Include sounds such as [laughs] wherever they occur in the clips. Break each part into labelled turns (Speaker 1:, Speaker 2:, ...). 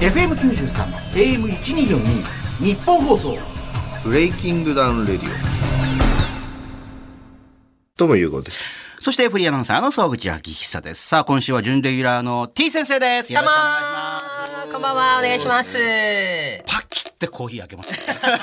Speaker 1: FM93 AM1242 日本放送
Speaker 2: ブレイキングダウンレディオ。どうも、ゆうごです。
Speaker 3: そしてフリーアナウンサーの総口昭久です。さあ、今週は準レギュラーの T 先生です。よろしくお願いします。
Speaker 4: こんばんは、お願いします。
Speaker 3: パキってコーヒー開けました。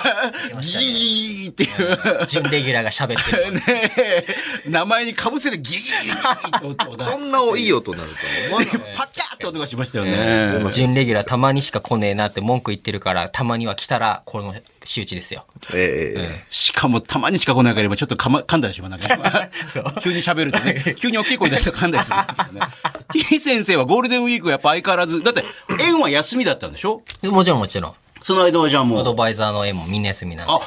Speaker 3: ギーっていう。
Speaker 4: 準レギュラーが [laughs] 喋ってる。
Speaker 3: [laughs] ねえ名前にかぶせるギーって音を出
Speaker 2: こ
Speaker 3: す。
Speaker 2: んないい音になるとは思わなかっ
Speaker 3: パキャーって音がしましたよ
Speaker 2: た。
Speaker 3: ね。
Speaker 2: ません
Speaker 4: 準レギュラーたまにしか来ねえなって文句言ってるから、たまには来たら、この仕打ちですよ。
Speaker 2: えええ
Speaker 3: しかも、たまにしか来なければ、ちょっとかま、 [laughs] 噛んだりしまなんか
Speaker 4: そう。
Speaker 3: 急に喋るとね、急に大きい声出して噛んだりするんですけどね。T 先生はゴールデンウィークやっぱ相変わらず、だって、園は休みだったんでしょ
Speaker 4: でもちろんもちろん。
Speaker 3: その間はじゃあも
Speaker 4: アド
Speaker 3: う、
Speaker 4: バイザーの絵もみんな休みなの。
Speaker 3: あ、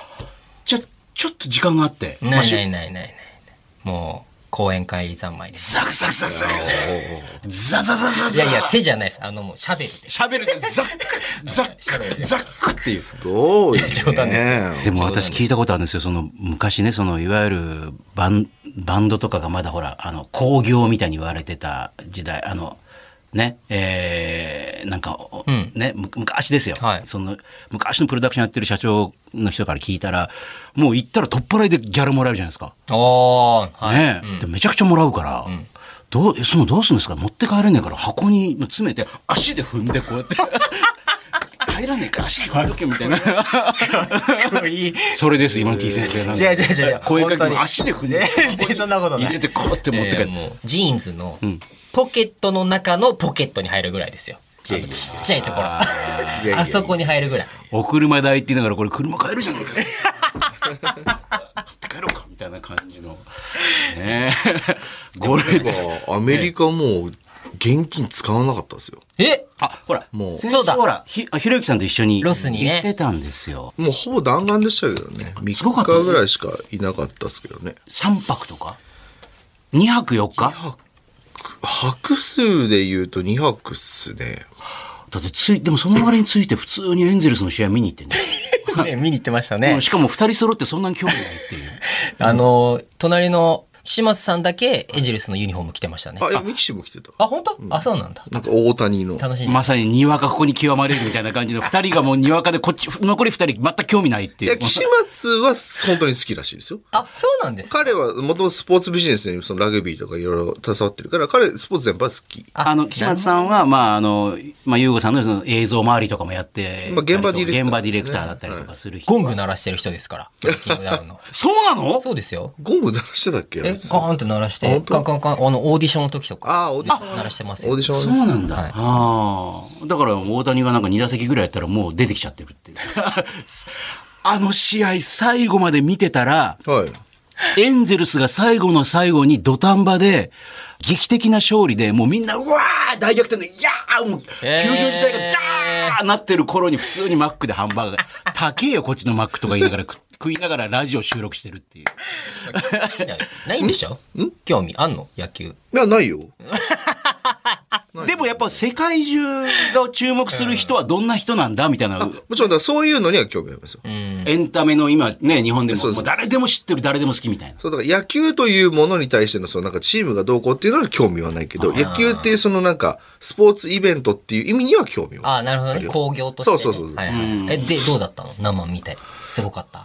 Speaker 3: じゃあ、ちょっと時間があって。ま
Speaker 4: な
Speaker 3: あ
Speaker 4: い
Speaker 3: し
Speaker 4: ないないないない。もう、講演会三昧です。
Speaker 3: ザクザクザクザク。ザザザザザ。
Speaker 4: いやいや、手じゃないです。あの、もう喋るで。
Speaker 3: 喋るでザック、ザック、ザックっていう。
Speaker 2: えどうい
Speaker 4: 冗談で
Speaker 3: でも私聞いたことあるんですよ。その昔ね、そのいわゆるバンバンドとかがまだほら、あの工業みたいに言われてた時代、あの、ね、えー、なんか、お
Speaker 4: ん
Speaker 3: ね、む昔ですよ、
Speaker 4: はい
Speaker 3: その、昔のプロダクションやってる社長の人から聞いたら、もう行ったら取っ払いでギャラもらえるじゃないですか。
Speaker 4: おー、はい。
Speaker 3: ねえでめちゃくちゃもらうから、どうえそのどうするんですか持って帰れねえから箱に詰めて足で踏んでこう
Speaker 4: [laughs]
Speaker 3: やって帰らねえから足で歩けみたいな
Speaker 4: かっこいい。
Speaker 3: それです今の T 先生なん
Speaker 4: じゃあじゃあじゃあじゃあ
Speaker 3: 声かけ
Speaker 4: 本当に
Speaker 3: も足で踏んで
Speaker 4: 全然そんなことない
Speaker 3: 入れてこうやって持って帰
Speaker 4: え
Speaker 3: る
Speaker 4: ー、もうジーンズのポケットの中のポケットに入るぐらいですよ。あのちっちゃいとこ
Speaker 2: い
Speaker 4: ろ。
Speaker 2: やいや
Speaker 4: あそこに入るぐらい。
Speaker 3: お車代って言いながらこれ車買えるじゃない
Speaker 4: [laughs]
Speaker 3: か買って帰ろうかみたいな感じのねえゴールデン
Speaker 2: えアメリカもう現金使わなかったですよ。
Speaker 4: え
Speaker 3: あほら
Speaker 2: もう
Speaker 3: 先週
Speaker 4: そうだ
Speaker 3: ほらひあひろゆきさんと一緒に
Speaker 4: ロスにね
Speaker 3: 行ってたんですよ
Speaker 2: もうほぼ弾丸でしたけどね。
Speaker 3: すごか
Speaker 2: 3日ぐ
Speaker 3: ったです
Speaker 2: らいしかいなかったですけどね。
Speaker 3: 3泊とか2泊4日
Speaker 2: 泊数で言うと2泊っすね。
Speaker 3: だってつい、でもその割について普通にエンゼルスの試合見に行っ
Speaker 2: [laughs]
Speaker 3: てんだよ
Speaker 4: ね見に行ってました
Speaker 3: う
Speaker 4: ね
Speaker 3: ん。しかも二人揃ってそんなに興味ないっていう。
Speaker 4: あの、隣の岸松さんだけエンジェルスのユニフォーム着てましたね。
Speaker 2: あ、いや、ミキシーも来てた。
Speaker 4: あ、本当？あ、そうなんだ。
Speaker 2: なんか大谷の。
Speaker 4: 楽しみ。
Speaker 3: まさににわかここに極まれるみたいな感じの二人がもうにわかでこっち、残り二人全く興味ないって
Speaker 2: い
Speaker 3: い
Speaker 2: や、
Speaker 3: う。
Speaker 2: 岸松は本当に好きらしいですよ。
Speaker 4: あ、そうなんです。
Speaker 2: 彼はもともとスポーツビジネスにそのラグビーとかいろいろ携わってるから、彼スポーツ全般好き。
Speaker 3: あの、岸松さんは、まあ、あの、まあ、ゆうごさんのその映像周りとかもやって、
Speaker 2: まあ現場ディレクターですね
Speaker 3: 現場ディレクターだったりとかする人。
Speaker 4: ゴング鳴らしてる人ですから。ブレイキングダウ
Speaker 2: [laughs]
Speaker 4: ンの
Speaker 3: そうなの
Speaker 4: そうですよ。
Speaker 2: ゴム鳴らしてたっけあ
Speaker 4: え、ガ
Speaker 2: いつ
Speaker 4: ーンって鳴らし
Speaker 2: あ
Speaker 4: て
Speaker 2: 本、当
Speaker 4: カンカンカン、あの、オーディションの時とか、
Speaker 2: あー、オーディション。
Speaker 4: 鳴らしてま
Speaker 2: オ
Speaker 4: す
Speaker 2: ー
Speaker 4: よ
Speaker 2: ディ。ション
Speaker 3: そうなんだ。
Speaker 4: はい
Speaker 3: ああ。だから大谷がなんか2打席ぐらいやったらもう出てきちゃってるっていう。 [laughs] あの試合最後まで見てたら、
Speaker 2: はい。
Speaker 3: エンゼルスが最後の最後に土壇場で、劇的な勝利で、もうみんな、うわー大逆転で、いやーもう、
Speaker 4: えー
Speaker 3: 球場自体がダーなってる頃に普通にマックでハンバーガ [laughs] ー、高えよ、こっちのマックとか言いながら、食食いながらラジオ収録してるっていう。
Speaker 4: ないないんでしょ興味あんの野球。
Speaker 2: いや、ないよ。
Speaker 3: でもやっぱ世界中が注目する人はどんな人なんだみたいな、
Speaker 2: もちろん、だからそういうのには興味ありますよ。
Speaker 3: エンタメの今ね、日本でも、
Speaker 2: そう
Speaker 3: も
Speaker 2: そう
Speaker 3: う誰でも知ってる、誰でも好きみたいな。
Speaker 2: そう、だから野球というものに対しての、そのなんかチームがどうこうっていうのは興味はないけど、野球っていうそのなんか、スポーツイベントっていう意味には興味は。
Speaker 4: あ、なるほどね。工業として、
Speaker 2: そ
Speaker 4: ね。
Speaker 2: うそうそう
Speaker 4: はいはい。え、で、どうだったの生見て。すごかった。
Speaker 2: あ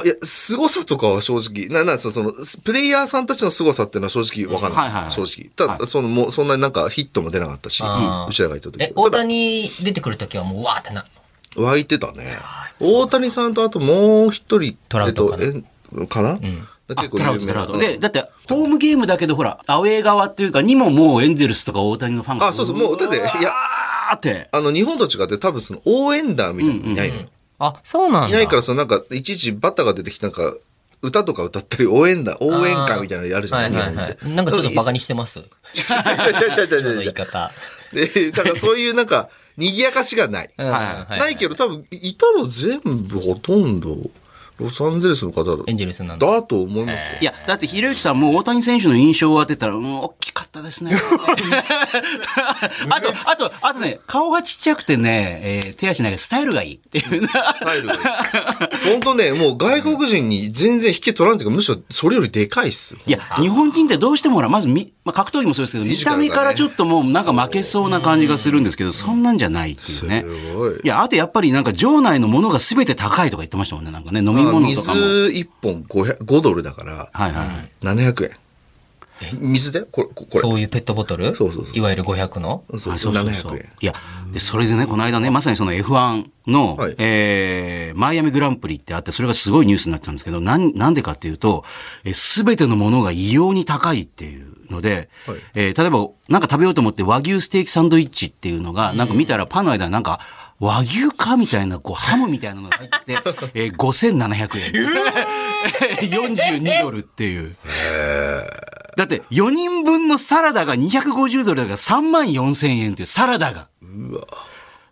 Speaker 2: あ、いや、凄さとかは正直、な、な、その、そのスプレイヤーさんたちの凄さっていうのは正直わかんない。
Speaker 3: はいはいはい
Speaker 2: 正直。ただ、その、もう、そんなになんかヒットも出なかったし、
Speaker 4: あー
Speaker 2: うちらがいた時。
Speaker 4: え、大
Speaker 2: ただ
Speaker 4: 谷出てくる時はもう、わーってなる
Speaker 2: 湧いてたね。大谷さんとあともう一人、
Speaker 4: トラウトかな
Speaker 2: えっと、えかな、
Speaker 3: あ
Speaker 2: 結
Speaker 3: トラウト、トラウト。で、
Speaker 2: うん
Speaker 3: だって、ホームゲームだけど、ほら、アウェー側っていうか、にももうエンゼルスとか大谷のファンが。
Speaker 2: あそうそうもうだっていや
Speaker 3: あって。
Speaker 2: あの、日本と違って多分その応援団みたいなのいないのよ。
Speaker 4: の。あ、そうなんだ。
Speaker 2: いないから、そのなんか、いちいちバッターが出てきて、なんか、歌とか歌ったり、応援団、応援歌みたいなのやるじゃな
Speaker 4: は
Speaker 2: いい、日
Speaker 4: はい
Speaker 2: 本
Speaker 4: は
Speaker 2: って。
Speaker 4: い。なんかちょっとバカ
Speaker 2: に。
Speaker 4: にしてます。
Speaker 2: ちゃちゃ [laughs] ちゃちゃちゃ
Speaker 4: その言い方。
Speaker 2: で、だからそういうなんか、賑やかしがない。
Speaker 4: うんはい
Speaker 2: ないけど多分、いたの全部ほとんど、ロサンゼルスの方だ
Speaker 4: エンジェルスなんで。
Speaker 2: だと思いますよ
Speaker 3: いや、だって、ひろゆきさんも大谷選手の印象を当てたら、うん、大きかったです
Speaker 2: [laughs]
Speaker 3: ね。あと、あと、あとね、顔がちっちゃくてね、えー手足長い、スタイルがいいっていうな。
Speaker 2: スタイルがいい。本当ね、もう外国人に全然引け取らんというか、むしろそれよりでかいっすよ。
Speaker 3: いや、日本人ってどうしてもほら、まずみ、まあ、格闘技もそうですけど、見た目からちょっともうなんか負けそうな感じがするんですけど、そんなんじゃないっていうね。
Speaker 2: すごい
Speaker 3: いや、あとやっぱりなんか場内のものが全て高いとか言ってましたもんね、なんかね、飲み
Speaker 2: まあ
Speaker 3: 物とかも。
Speaker 2: 水一本 5, 5ドルだから、
Speaker 3: はいはいはい。
Speaker 2: 700円。水でこれ、ここれ。
Speaker 4: そういうペットボトル
Speaker 2: そうそうそう
Speaker 4: いわゆる500の
Speaker 2: そう
Speaker 3: あ
Speaker 2: そう700円。
Speaker 3: いや、で、それでね、この間ね、まさにその F1 の、
Speaker 2: はい
Speaker 3: えーマイアミグランプリってあって、それがすごいニュースになってたんですけど、なん、なんでかっていうと、すべてのものが異様に高いっていうので、
Speaker 2: はい
Speaker 3: えー例えば、なんか食べようと思って和牛ステーキサンドイッチっていうのが、なんか見たらパンの間になんか、和牛かみたいな、こう、ハムみたいなのが入
Speaker 2: [laughs]
Speaker 3: って、えー、5700円。42ドルっていう。だって4人分のサラダが250ドルだから3万4千円っていうサラダが。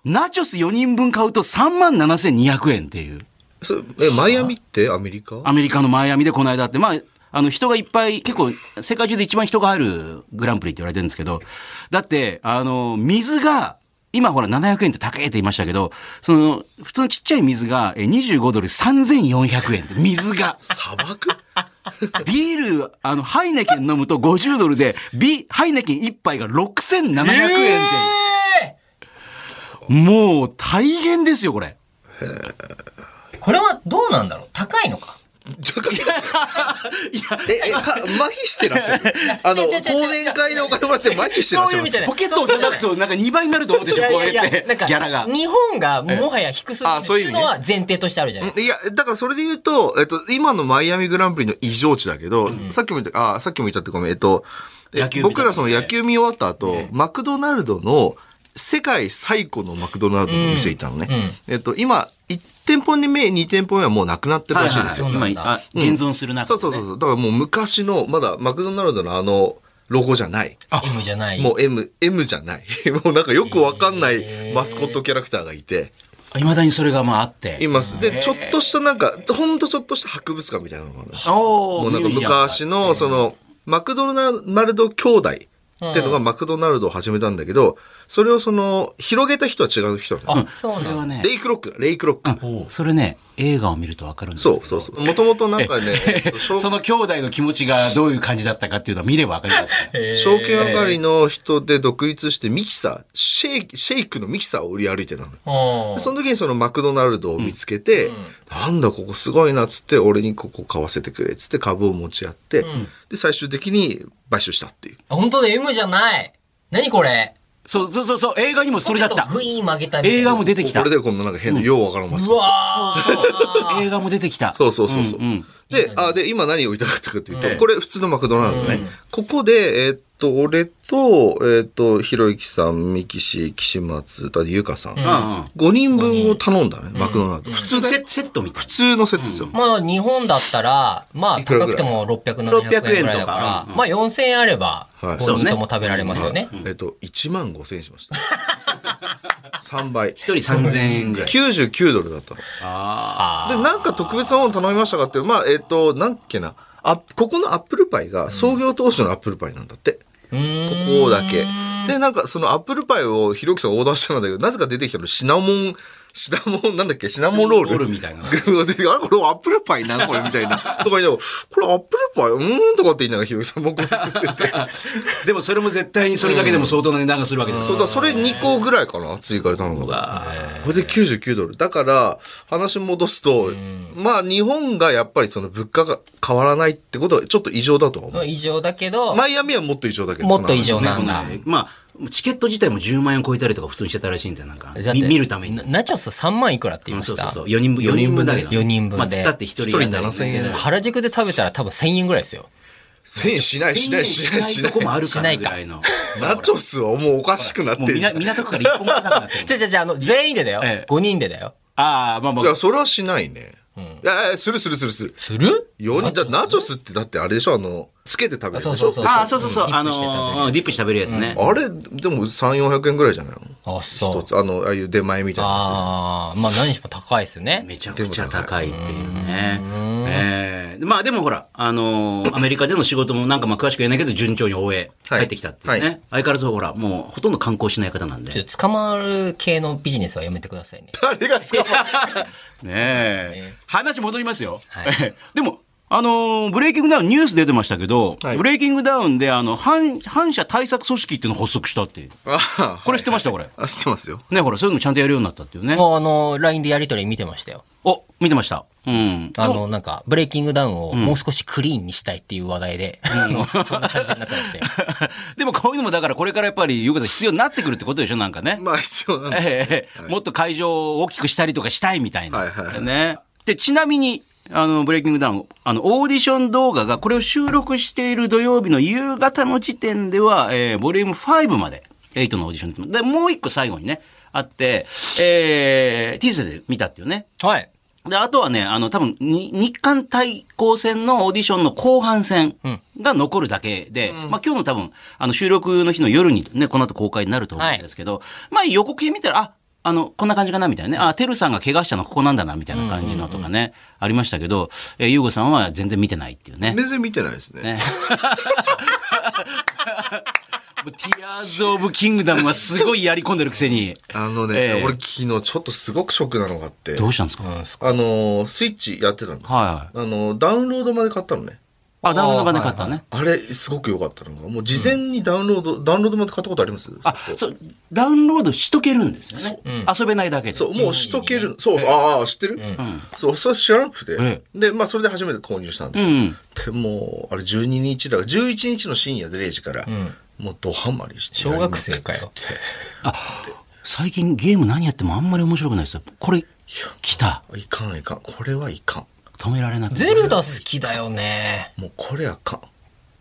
Speaker 3: ナチョス4人分買うと3万7200円っていう。
Speaker 2: それえ、マイアミってアメリカ
Speaker 3: アメリカのマイアミでこの間あって、まあ、あの人がいっぱい、結構世界中で一番人が入るグランプリって言われてるんですけど、だって、あの、水が、今ほら700円って高いって言いましたけど、その、普通のちっちゃい水がえ25ドル3400円って水が。
Speaker 2: 砂漠
Speaker 3: ビール、あの、ハイネケン飲むと50ドルで、ビ、ハイネケン一杯が6700円で、もう大変ですよ、これ。
Speaker 4: これはどうなんだろう高いのか
Speaker 2: え、 [laughs] え、か、麻痺してらっしゃ
Speaker 4: [laughs]
Speaker 2: る。あの、
Speaker 4: 違う違う違う
Speaker 2: 講演会でお金もらって麻痺してらっしゃる。
Speaker 4: そういう意味じゃない
Speaker 3: ポケットを叩くとなんか2倍になると思うでしょ、こうやって、ギ
Speaker 4: なんか
Speaker 3: ャラが。
Speaker 4: 日本がもはや低すぎる
Speaker 2: あそういう意
Speaker 4: っていう
Speaker 2: 味
Speaker 4: の
Speaker 2: ね
Speaker 4: は前提としてあるじゃないです
Speaker 2: いや、だからそれで言うと、えっと、今のマイアミグランプリの異常値だけど、さっきも言った、あ、さっきも言ったってごめん、えっと、え
Speaker 3: 野球見た
Speaker 2: 僕らその野球見終わった後、マクドナルドの、世界最古のマクドナルドの店いたのね。えっと、今、1店舗目、2店舗目はもうなくなってるらしいですよ。
Speaker 4: そうな
Speaker 3: 今
Speaker 4: んだ
Speaker 3: あ現存する中で
Speaker 2: そう
Speaker 3: ね
Speaker 2: そうそうそう。だからもう昔の、まだマクドナルドのあの、ロゴじゃない。
Speaker 4: か。M じゃない。
Speaker 2: もう M、M じゃない。 [laughs] もうなんかよくわかんないマスコットキャラクターがいて、
Speaker 3: いまだにそれがまああって。
Speaker 2: います。で、ちょっとしたなんか、ほんとちょっとした博物館みたいなのがある。
Speaker 3: おー
Speaker 2: もうなんか
Speaker 3: ミュージアムが
Speaker 2: 昔の、その、マクドナルド兄弟ってのがマクドナルドを始めたんだけど、それをその、広げた人は違う人なの
Speaker 4: あ、そう
Speaker 3: そ
Speaker 4: な
Speaker 3: れ
Speaker 4: んだ
Speaker 3: はね、
Speaker 2: レイクロックだ、レイクロック。
Speaker 3: それね、映画を見るとわかるんですけ
Speaker 2: そう
Speaker 3: ど
Speaker 2: そうそう。もともとなんかね、証
Speaker 3: [laughs] その兄弟の気持ちがどういう感じだったかっていうのは見ればわかります
Speaker 4: [laughs]
Speaker 3: から。
Speaker 2: 証券上がりの人で独立してミキサー、シェイク、シェイクのミキサーを売り歩いてたの。
Speaker 4: うん
Speaker 2: でその時にそのマクドナルドを見つけて、なんだここすごいなっつって、俺にここ買わせてくれっつって株を持ち合って、で、最終的に買収したっていう。
Speaker 4: あ本当だ、M じゃない。何これ
Speaker 3: そうそうそうそう、映画にもそれだっ
Speaker 4: ポケッ
Speaker 3: た
Speaker 4: ト。グイーン曲げたみたいな
Speaker 3: 映画も出てきた
Speaker 2: これ。でこんななんか変な、ようわからんマス
Speaker 4: う
Speaker 2: コット。
Speaker 4: わー
Speaker 3: 映画も出てきた。
Speaker 2: そうそうそうそう。
Speaker 3: んん
Speaker 2: で、あ、で、今何を言いたかったかというと、これ普通のマクドナルドね。ここで、えーっと、俺と、えーっと、ひろゆきさん、三木氏、岸松、だってゆかさん。
Speaker 3: うん
Speaker 2: 5人分を頼んだね、マクドナルド。普
Speaker 3: う
Speaker 2: 通
Speaker 3: ん。
Speaker 2: だ
Speaker 3: セ
Speaker 2: よ
Speaker 3: セットみたい
Speaker 2: 普通のセットですよ。
Speaker 4: まあ日本だったら、まあ
Speaker 2: いくら
Speaker 4: 高
Speaker 2: ぐ
Speaker 4: く
Speaker 2: らい
Speaker 4: ても600、700円ぐら
Speaker 3: 600円
Speaker 4: いだから
Speaker 3: とか、うん
Speaker 4: まあ4000円あれば、
Speaker 2: はい
Speaker 4: 5人とも食べられますよね。
Speaker 2: えっと、1万5千円しました。3倍。
Speaker 3: な。一人3000円ぐらい。
Speaker 2: 99ドルだったの。
Speaker 4: あ
Speaker 2: で、なんか特別なもの頼みましたかっていう、まあ、えっ、と、なんっけな。あ、ここのアップルパイが創業当初のアップルパイなんだって。ここだけ。で、なんかそのアップルパイをひろゆきさんオーダーしたんだけど、なぜか出てきたのシナモン、シナモン、なんだっけ、シナモンロール。
Speaker 3: ロールみたいな
Speaker 2: で [laughs] あれこれアップルパイなこれみたいな。とか言いながら、これアップルパイうーんとかって言いながらひろゆきさん僕も食ってて。
Speaker 3: [laughs] でもそれも絶対にそれだけでも相当な値段がするわけです
Speaker 2: そうだ、それ2個ぐらいかな、追加で頼むのが。これで99ドル。だから、話戻すと、まあ日本がやっぱりその物価が変わらないってことはちょっと異常だとは思
Speaker 4: あ。
Speaker 2: う。
Speaker 4: 異常だけど、
Speaker 2: マイアミはもっと異常だけど。
Speaker 4: もっと異常
Speaker 2: その話
Speaker 4: なんだ。
Speaker 3: まあ、チケット自体も10万円超えたりとか普通にしてたらしいんで、なんか、
Speaker 4: だって
Speaker 3: み見るために。
Speaker 4: なナチョス3万いくらって言いま
Speaker 3: そう
Speaker 4: し
Speaker 3: そう
Speaker 4: た
Speaker 3: そう。4人分、四人分だけど。
Speaker 4: 四人分で
Speaker 3: まあ、つったって1人
Speaker 2: 一人7000円
Speaker 3: だ
Speaker 4: 原宿で食べたら多分1000円ぐらいですよ。
Speaker 2: 1000円しないしないしないしな
Speaker 3: とこも
Speaker 2: い。
Speaker 3: あるから
Speaker 4: しない
Speaker 3: ぐ
Speaker 4: から
Speaker 3: いの。
Speaker 2: ナチョスはもうおかしくなっ
Speaker 3: も
Speaker 2: て
Speaker 3: う
Speaker 2: る。い
Speaker 3: みな港区から1本もなくなってる
Speaker 4: [laughs] じゃじゃじゃあの、全員でだよ
Speaker 3: ええ。
Speaker 4: 5人でだよ。
Speaker 3: ああ、まあまあ
Speaker 2: や、それはしないね。いやいや、するするするする。
Speaker 4: する
Speaker 2: 4人、だナチョスってだってあれでしょあの、つけて食べるでしょ
Speaker 4: あそうそう
Speaker 2: あ
Speaker 4: そ
Speaker 1: ああ、そうそうそう、
Speaker 4: うん
Speaker 1: あ
Speaker 4: ディップして食べるやつ
Speaker 1: のー、ディップして食べるやつね。
Speaker 2: あれ、でも3、400円ぐらいじゃないの
Speaker 4: あ、そう
Speaker 2: 一。つ、あの、ああいう出前みたいなや
Speaker 4: ああ、まあ何しろ高いですよね。
Speaker 1: めちゃくちゃ高いっていうね。ええまあでもほら、あのーアメリカでの仕事もなんかまあ詳しく言えないけど、順調に終え、
Speaker 2: はい
Speaker 1: 帰ってきたっていうね。
Speaker 2: は
Speaker 1: 相変わらずほら、もうほとんど観光しない方なんで。
Speaker 4: ちょ
Speaker 1: ね
Speaker 4: っと捕まる系のビジネスはやめてくださいね。
Speaker 2: つ。あれが使う。
Speaker 3: え。話戻りますよ。
Speaker 4: はい
Speaker 3: ええ [laughs] でも、あのーブレイキングダウンニュース出てましたけど、
Speaker 2: はい
Speaker 3: ブレイキングダウンで、あの、反、反社対策組織っていうのを発足したっていう。
Speaker 2: あ
Speaker 3: これ知ってました、これ。
Speaker 2: あ、知ってますよ。
Speaker 3: ね、ほら、そういうのちゃんとやるようになったっていうね。
Speaker 4: もうあの、LINE でやりとり見てましたよ。
Speaker 3: お、見てました。うん。
Speaker 4: あの、なんか、ブレイキングダウンをもう少しクリーンにしたいっていう話題で、あのそんな感じになってましたよ。
Speaker 3: [laughs] でもこういうのもだからこれからやっぱり、ゆうかさん必要になってくるってことでしょ、なんかね。
Speaker 2: まあ、必要なんで。
Speaker 3: ええもっと会場を大きくしたりとかしたいみたいな。
Speaker 2: はいはいはい
Speaker 3: ね。で、ちなみに、あの、ブレイキングダウン、あの、オーディション動画が、これを収録している土曜日の夕方の時点では、えーボリューム5まで、8のオーディションで、もう一個最後にね、あって、えー、T 先生見たっていうね。
Speaker 4: はい。
Speaker 3: で、あとはね、あの、多分に、日韓対抗戦のオーディションの後半戦が残るだけで、まあ今日の多分、あの、収録の日の夜にね、この後公開になると思うんですけど、まあ予告編見たら、あ、あの、こんな感じかな、みたいなね。あ、てるさんが怪我したのここなんだな、みたいな感じのとかね、ありましたけど、えー、ゆうごさんは全然見てないっていうね。
Speaker 2: 全然見てないですね。
Speaker 3: ティアーズ・オブ・キングダムはすごいやり込んでるくせに。
Speaker 2: あの
Speaker 3: え
Speaker 2: ね
Speaker 3: え、
Speaker 2: 俺昨日ちょっとすごくショックなのがあって、
Speaker 3: どうしたんですか、
Speaker 2: あのー、スイッチやってたんですよ
Speaker 3: は
Speaker 2: あのー、ダウンロードまで買ったのね。
Speaker 3: あ、ダウンロード版で買ったのね。
Speaker 2: あれ、すごく良かったのが、もう事前にダウンロード、ダウンロードまで買ったことあります
Speaker 3: あ、そう、ダウンロードしとけるんですよね。遊べないだけで。
Speaker 2: そう、もうしとける。そうそう、ああ、知ってるそう、それ知らなく
Speaker 3: え
Speaker 2: て。で、まあ、それで初めて購入したんですよ。
Speaker 3: ん
Speaker 2: でもう、あれ、12日だから、11日の深夜0時から、もう、ドハマりして。
Speaker 4: 小学生かよ。
Speaker 3: 最近ゲーム何やってもあんまり面白くないですよ。これ、来た。
Speaker 2: いかん、いかん。これはいか
Speaker 3: 止められなく
Speaker 4: ゼ
Speaker 3: て。
Speaker 4: ルダ好きだよね。
Speaker 2: ん。もう、これあかん。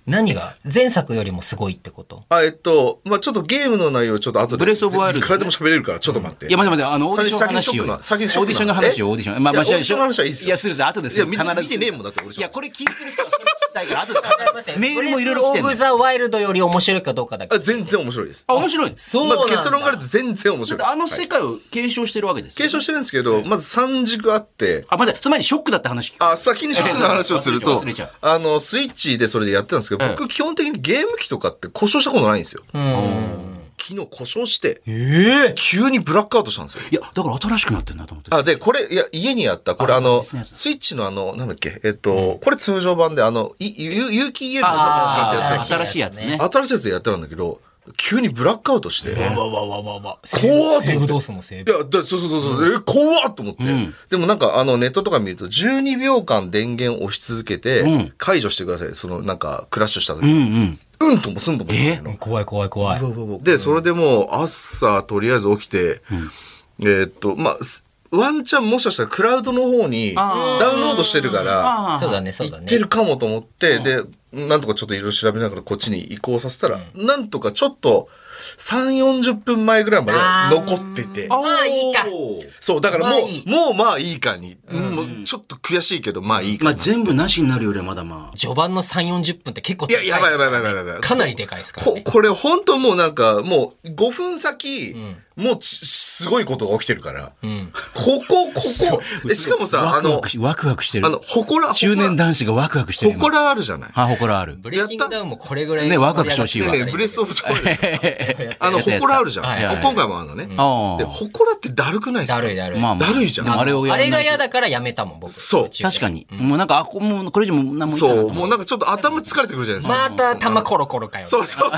Speaker 4: 何が前作よりもすごいってこと
Speaker 2: あ、えっと、まあ、ちょっとゲームの内容、ちょっと後で。
Speaker 3: ブレスオブワイルド
Speaker 2: いくらでも喋れるから、ちょっと待って。
Speaker 3: いや、待って待って、あの、オーディションの
Speaker 2: 先にシ
Speaker 3: 話
Speaker 2: ョッ
Speaker 3: よ
Speaker 2: ク
Speaker 3: り。
Speaker 2: な先にショ
Speaker 3: オ
Speaker 2: ッ
Speaker 3: ーデ
Speaker 2: クな
Speaker 3: ィションの話よ、
Speaker 2: え
Speaker 3: オーディション。まあ、
Speaker 2: いや
Speaker 3: まあ、
Speaker 2: オーディションの話はいいですよ
Speaker 3: いや、するんです後ですよ。
Speaker 2: いや見
Speaker 3: 必ず。
Speaker 2: 見てねえもんだって俺
Speaker 3: いや、これ聞いてる人はそれ聞きたいから、後で必ず。メールもいろいろ来て
Speaker 4: ブレスオブ
Speaker 3: る。
Speaker 4: ザワイルドより面白いかどうかだけ
Speaker 2: あ、全然面白いです。
Speaker 3: あ、面白いです。
Speaker 4: そうな
Speaker 2: ま
Speaker 4: んだ
Speaker 2: ず結論から言うと全然面白いです。
Speaker 3: あの
Speaker 2: はい
Speaker 3: 世界を継承してるわけですよ。
Speaker 2: 継承してるんですけど、まず3軸あって、
Speaker 3: あ、待って、つまりショックだった話聞く。
Speaker 2: あ、先にショックの話をすると
Speaker 3: 忘れちゃう、
Speaker 2: あの、スイッチでそれでやってたんですけど、
Speaker 3: ええ
Speaker 2: 僕基本的にゲーム機とかって故障したことないんですよ。昨日故障して、急にブラックアウトしたんですよ。
Speaker 3: いや、だから新しくなってんだと思って。
Speaker 2: あ、で、これ、いや、家にあった、これあの、
Speaker 3: 別のやつだ
Speaker 2: スイッチのあの、なんだっけ、えっと、これ通常版で、あの、いゆゆ有機 EL の使ってや
Speaker 3: あ
Speaker 2: っ
Speaker 3: ー
Speaker 2: て
Speaker 3: 新しいやつね。
Speaker 2: る、新しいやつでやってたんだけど、急にブラックアウトして、
Speaker 4: わわわわわ。
Speaker 2: 怖っ
Speaker 4: セーブどうすんのセー
Speaker 2: い
Speaker 4: ブ。
Speaker 2: や、だそうそうそうそう、えー、怖っと思って、でもなんか、あの、ネットとか見ると、12秒間電源を押し続けて、解除してください。その、なんか、クラッシュした時、
Speaker 3: うん
Speaker 2: に
Speaker 3: うん。
Speaker 2: うん、ともすんともみたいな
Speaker 4: 怖い怖い怖い。
Speaker 2: で、それでもう、朝、とりあえず起きて、えーっと、まあ、すワンチャンもしかしたらクラウドの方に、ダウンロードしてるから、
Speaker 3: あ
Speaker 4: そうだね、そうだ
Speaker 2: 行っ
Speaker 4: ね。
Speaker 2: てるかもと思って、で、なんとかちょっといろいろ調べながらこっちに移行させたら、なんとかちょっと、3、40分前ぐらいまで残ってて。
Speaker 3: あ。
Speaker 4: まあいいか
Speaker 2: そう、だから
Speaker 4: まあ
Speaker 2: もう、
Speaker 4: いい
Speaker 2: もうまあいいかに、もうちょっと悔しいけど、まあいいか
Speaker 3: ま
Speaker 2: な。
Speaker 3: あ、全部なしになるよりはまだまあ。
Speaker 4: 序盤の3、40分って結構
Speaker 2: いや、やばいやばいやばいやばいやばい。
Speaker 4: かなりでかいですから
Speaker 2: こ
Speaker 4: ね。
Speaker 2: これ本当もうなんか、もう5分先、もうちすごいことが起きてるから、ここ、ここ、えしかもさ、
Speaker 3: ワ
Speaker 2: あ
Speaker 3: クワ
Speaker 2: の
Speaker 3: ク、しワクワクしてる
Speaker 2: あ。の、ほこら、
Speaker 3: 中年男子がワクワクしてる。
Speaker 2: ほこらあるじゃない。
Speaker 3: 今。は、ほこらある。
Speaker 4: ブレイキングダウンもこれぐらい。
Speaker 3: ねワクワクしてほしい
Speaker 2: で
Speaker 3: わ
Speaker 2: ね、ブレスオブザワイルドあの、
Speaker 3: やっ
Speaker 2: ほ
Speaker 3: たやった
Speaker 2: こらあるじゃん。
Speaker 4: はい
Speaker 3: はいはい
Speaker 2: 今回もあるのね。
Speaker 3: ああ
Speaker 2: で、ほこらってだるくないです
Speaker 4: だ
Speaker 2: か
Speaker 4: るいだるい。
Speaker 3: まあまあ
Speaker 2: だるいじゃん
Speaker 3: でもあれをや
Speaker 4: あ
Speaker 3: らな
Speaker 4: れ
Speaker 3: い
Speaker 4: が嫌だからやめたもん、僕。
Speaker 2: そう
Speaker 4: 途中で
Speaker 3: 確かに。もうなんか、あ、こもうこれ以上もう何もいいかな
Speaker 2: そう、もうなんかちょっと頭疲れてくるじゃないですか。
Speaker 4: また玉コロコロかよ。
Speaker 2: そうそうそ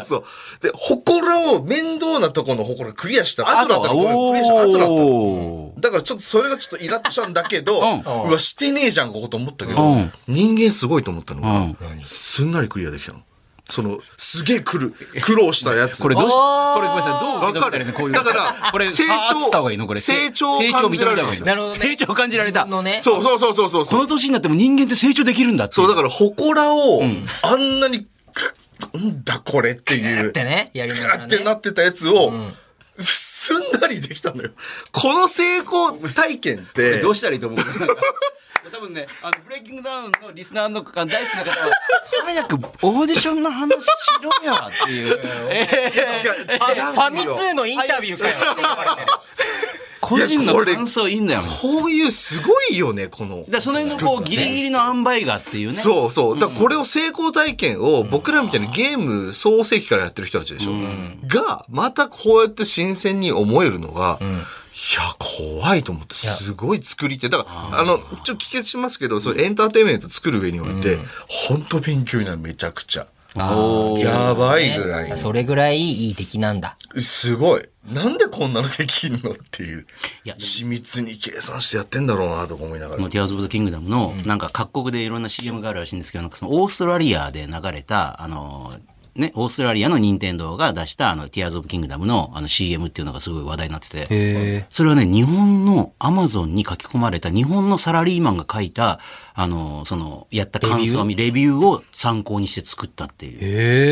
Speaker 2: うそう。で、祠を面倒なとこの祠クリアした
Speaker 3: あ
Speaker 2: 後だ
Speaker 3: と
Speaker 2: った
Speaker 3: は、
Speaker 2: のごめんクリアした後だったの
Speaker 3: おー。
Speaker 2: だからちょっとそれがちょっとイラッとしたんだけど、
Speaker 3: うん
Speaker 2: うわ、してねえじゃん、ここと思ったけど、
Speaker 3: うん
Speaker 2: 人間すごいと思ったのが、
Speaker 3: うん
Speaker 2: すんなりクリアできたの。その、すげえ苦る苦労したやつ。
Speaker 3: これどうし、これごめんなさい、どう
Speaker 2: わ
Speaker 3: 受け
Speaker 2: か
Speaker 3: 取ったらいい
Speaker 2: る
Speaker 3: のこう。いう。
Speaker 2: だから、
Speaker 3: これ、
Speaker 2: 成
Speaker 3: ああっつった方がいいの
Speaker 2: 長、
Speaker 3: これ。
Speaker 2: 成長を感じられたんですよ
Speaker 4: なるほどね
Speaker 3: 成長を感じられた。
Speaker 4: 自分の
Speaker 3: こ
Speaker 4: ね。
Speaker 2: そうそうそうそうそうそう。
Speaker 3: の年になっても人間って成長できるんだってい。
Speaker 2: そうう、だから、祠を、あんなに、くなんだこれっていう。
Speaker 4: ってね、やりなが
Speaker 2: ガ
Speaker 4: ら
Speaker 2: [laughs] っ
Speaker 4: ね
Speaker 2: て。なってたやつを、すんなラリーできたのよ。この成功体験って、
Speaker 1: どうしたらいいと思う
Speaker 3: [laughs]
Speaker 1: なんか多分ね、あの、ブレイキングダウンのリスナーの方大好きな方は、早くオーディションの話しろよって
Speaker 3: [laughs]
Speaker 1: いう。
Speaker 2: 違う
Speaker 4: ファミ通のインタビューかよって思われてる
Speaker 3: 個人
Speaker 2: いや
Speaker 3: の
Speaker 2: これ
Speaker 3: 感想いいんだよ。だか
Speaker 2: こういうすごいよね、この。
Speaker 3: らその辺のこう、ギリギリの塩梅がっていうね。
Speaker 2: そうそう。だからこれを成功体験を僕らみたいなゲーム創世期からやってる人たちでしょ。が、またこうやって新鮮に思えるのが、いや、怖いと思って、すごい作り手。だから、あの、ちょっと聞けしますけど、そのエンターテインメント作る上において、本当勉強になる、めちゃくちゃ。やばいぐらい。
Speaker 4: それぐらいいい出来なんだ
Speaker 2: すごい。なんでこんなのできんのっていう。
Speaker 3: いやでも
Speaker 2: 緻密に計算してやってんだろうなとか思いながら
Speaker 3: の。ティアーズ・オブ・ザ・キングダムの、なんか各国でいろんな CM があるらしいんですけど、なんかそのオーストラリアで流れた、あの、ね、オーストラリアの任天堂が出した、あの、ティアーズ・オブ・キングダムの、あの、CM っていうのがすごい話題になってて、
Speaker 4: へ
Speaker 3: それはね、日本のアマゾンに書き込まれた、日本のサラリーマンが書いた、あの、その、やった感想、レビューを参考にして作ったっていう。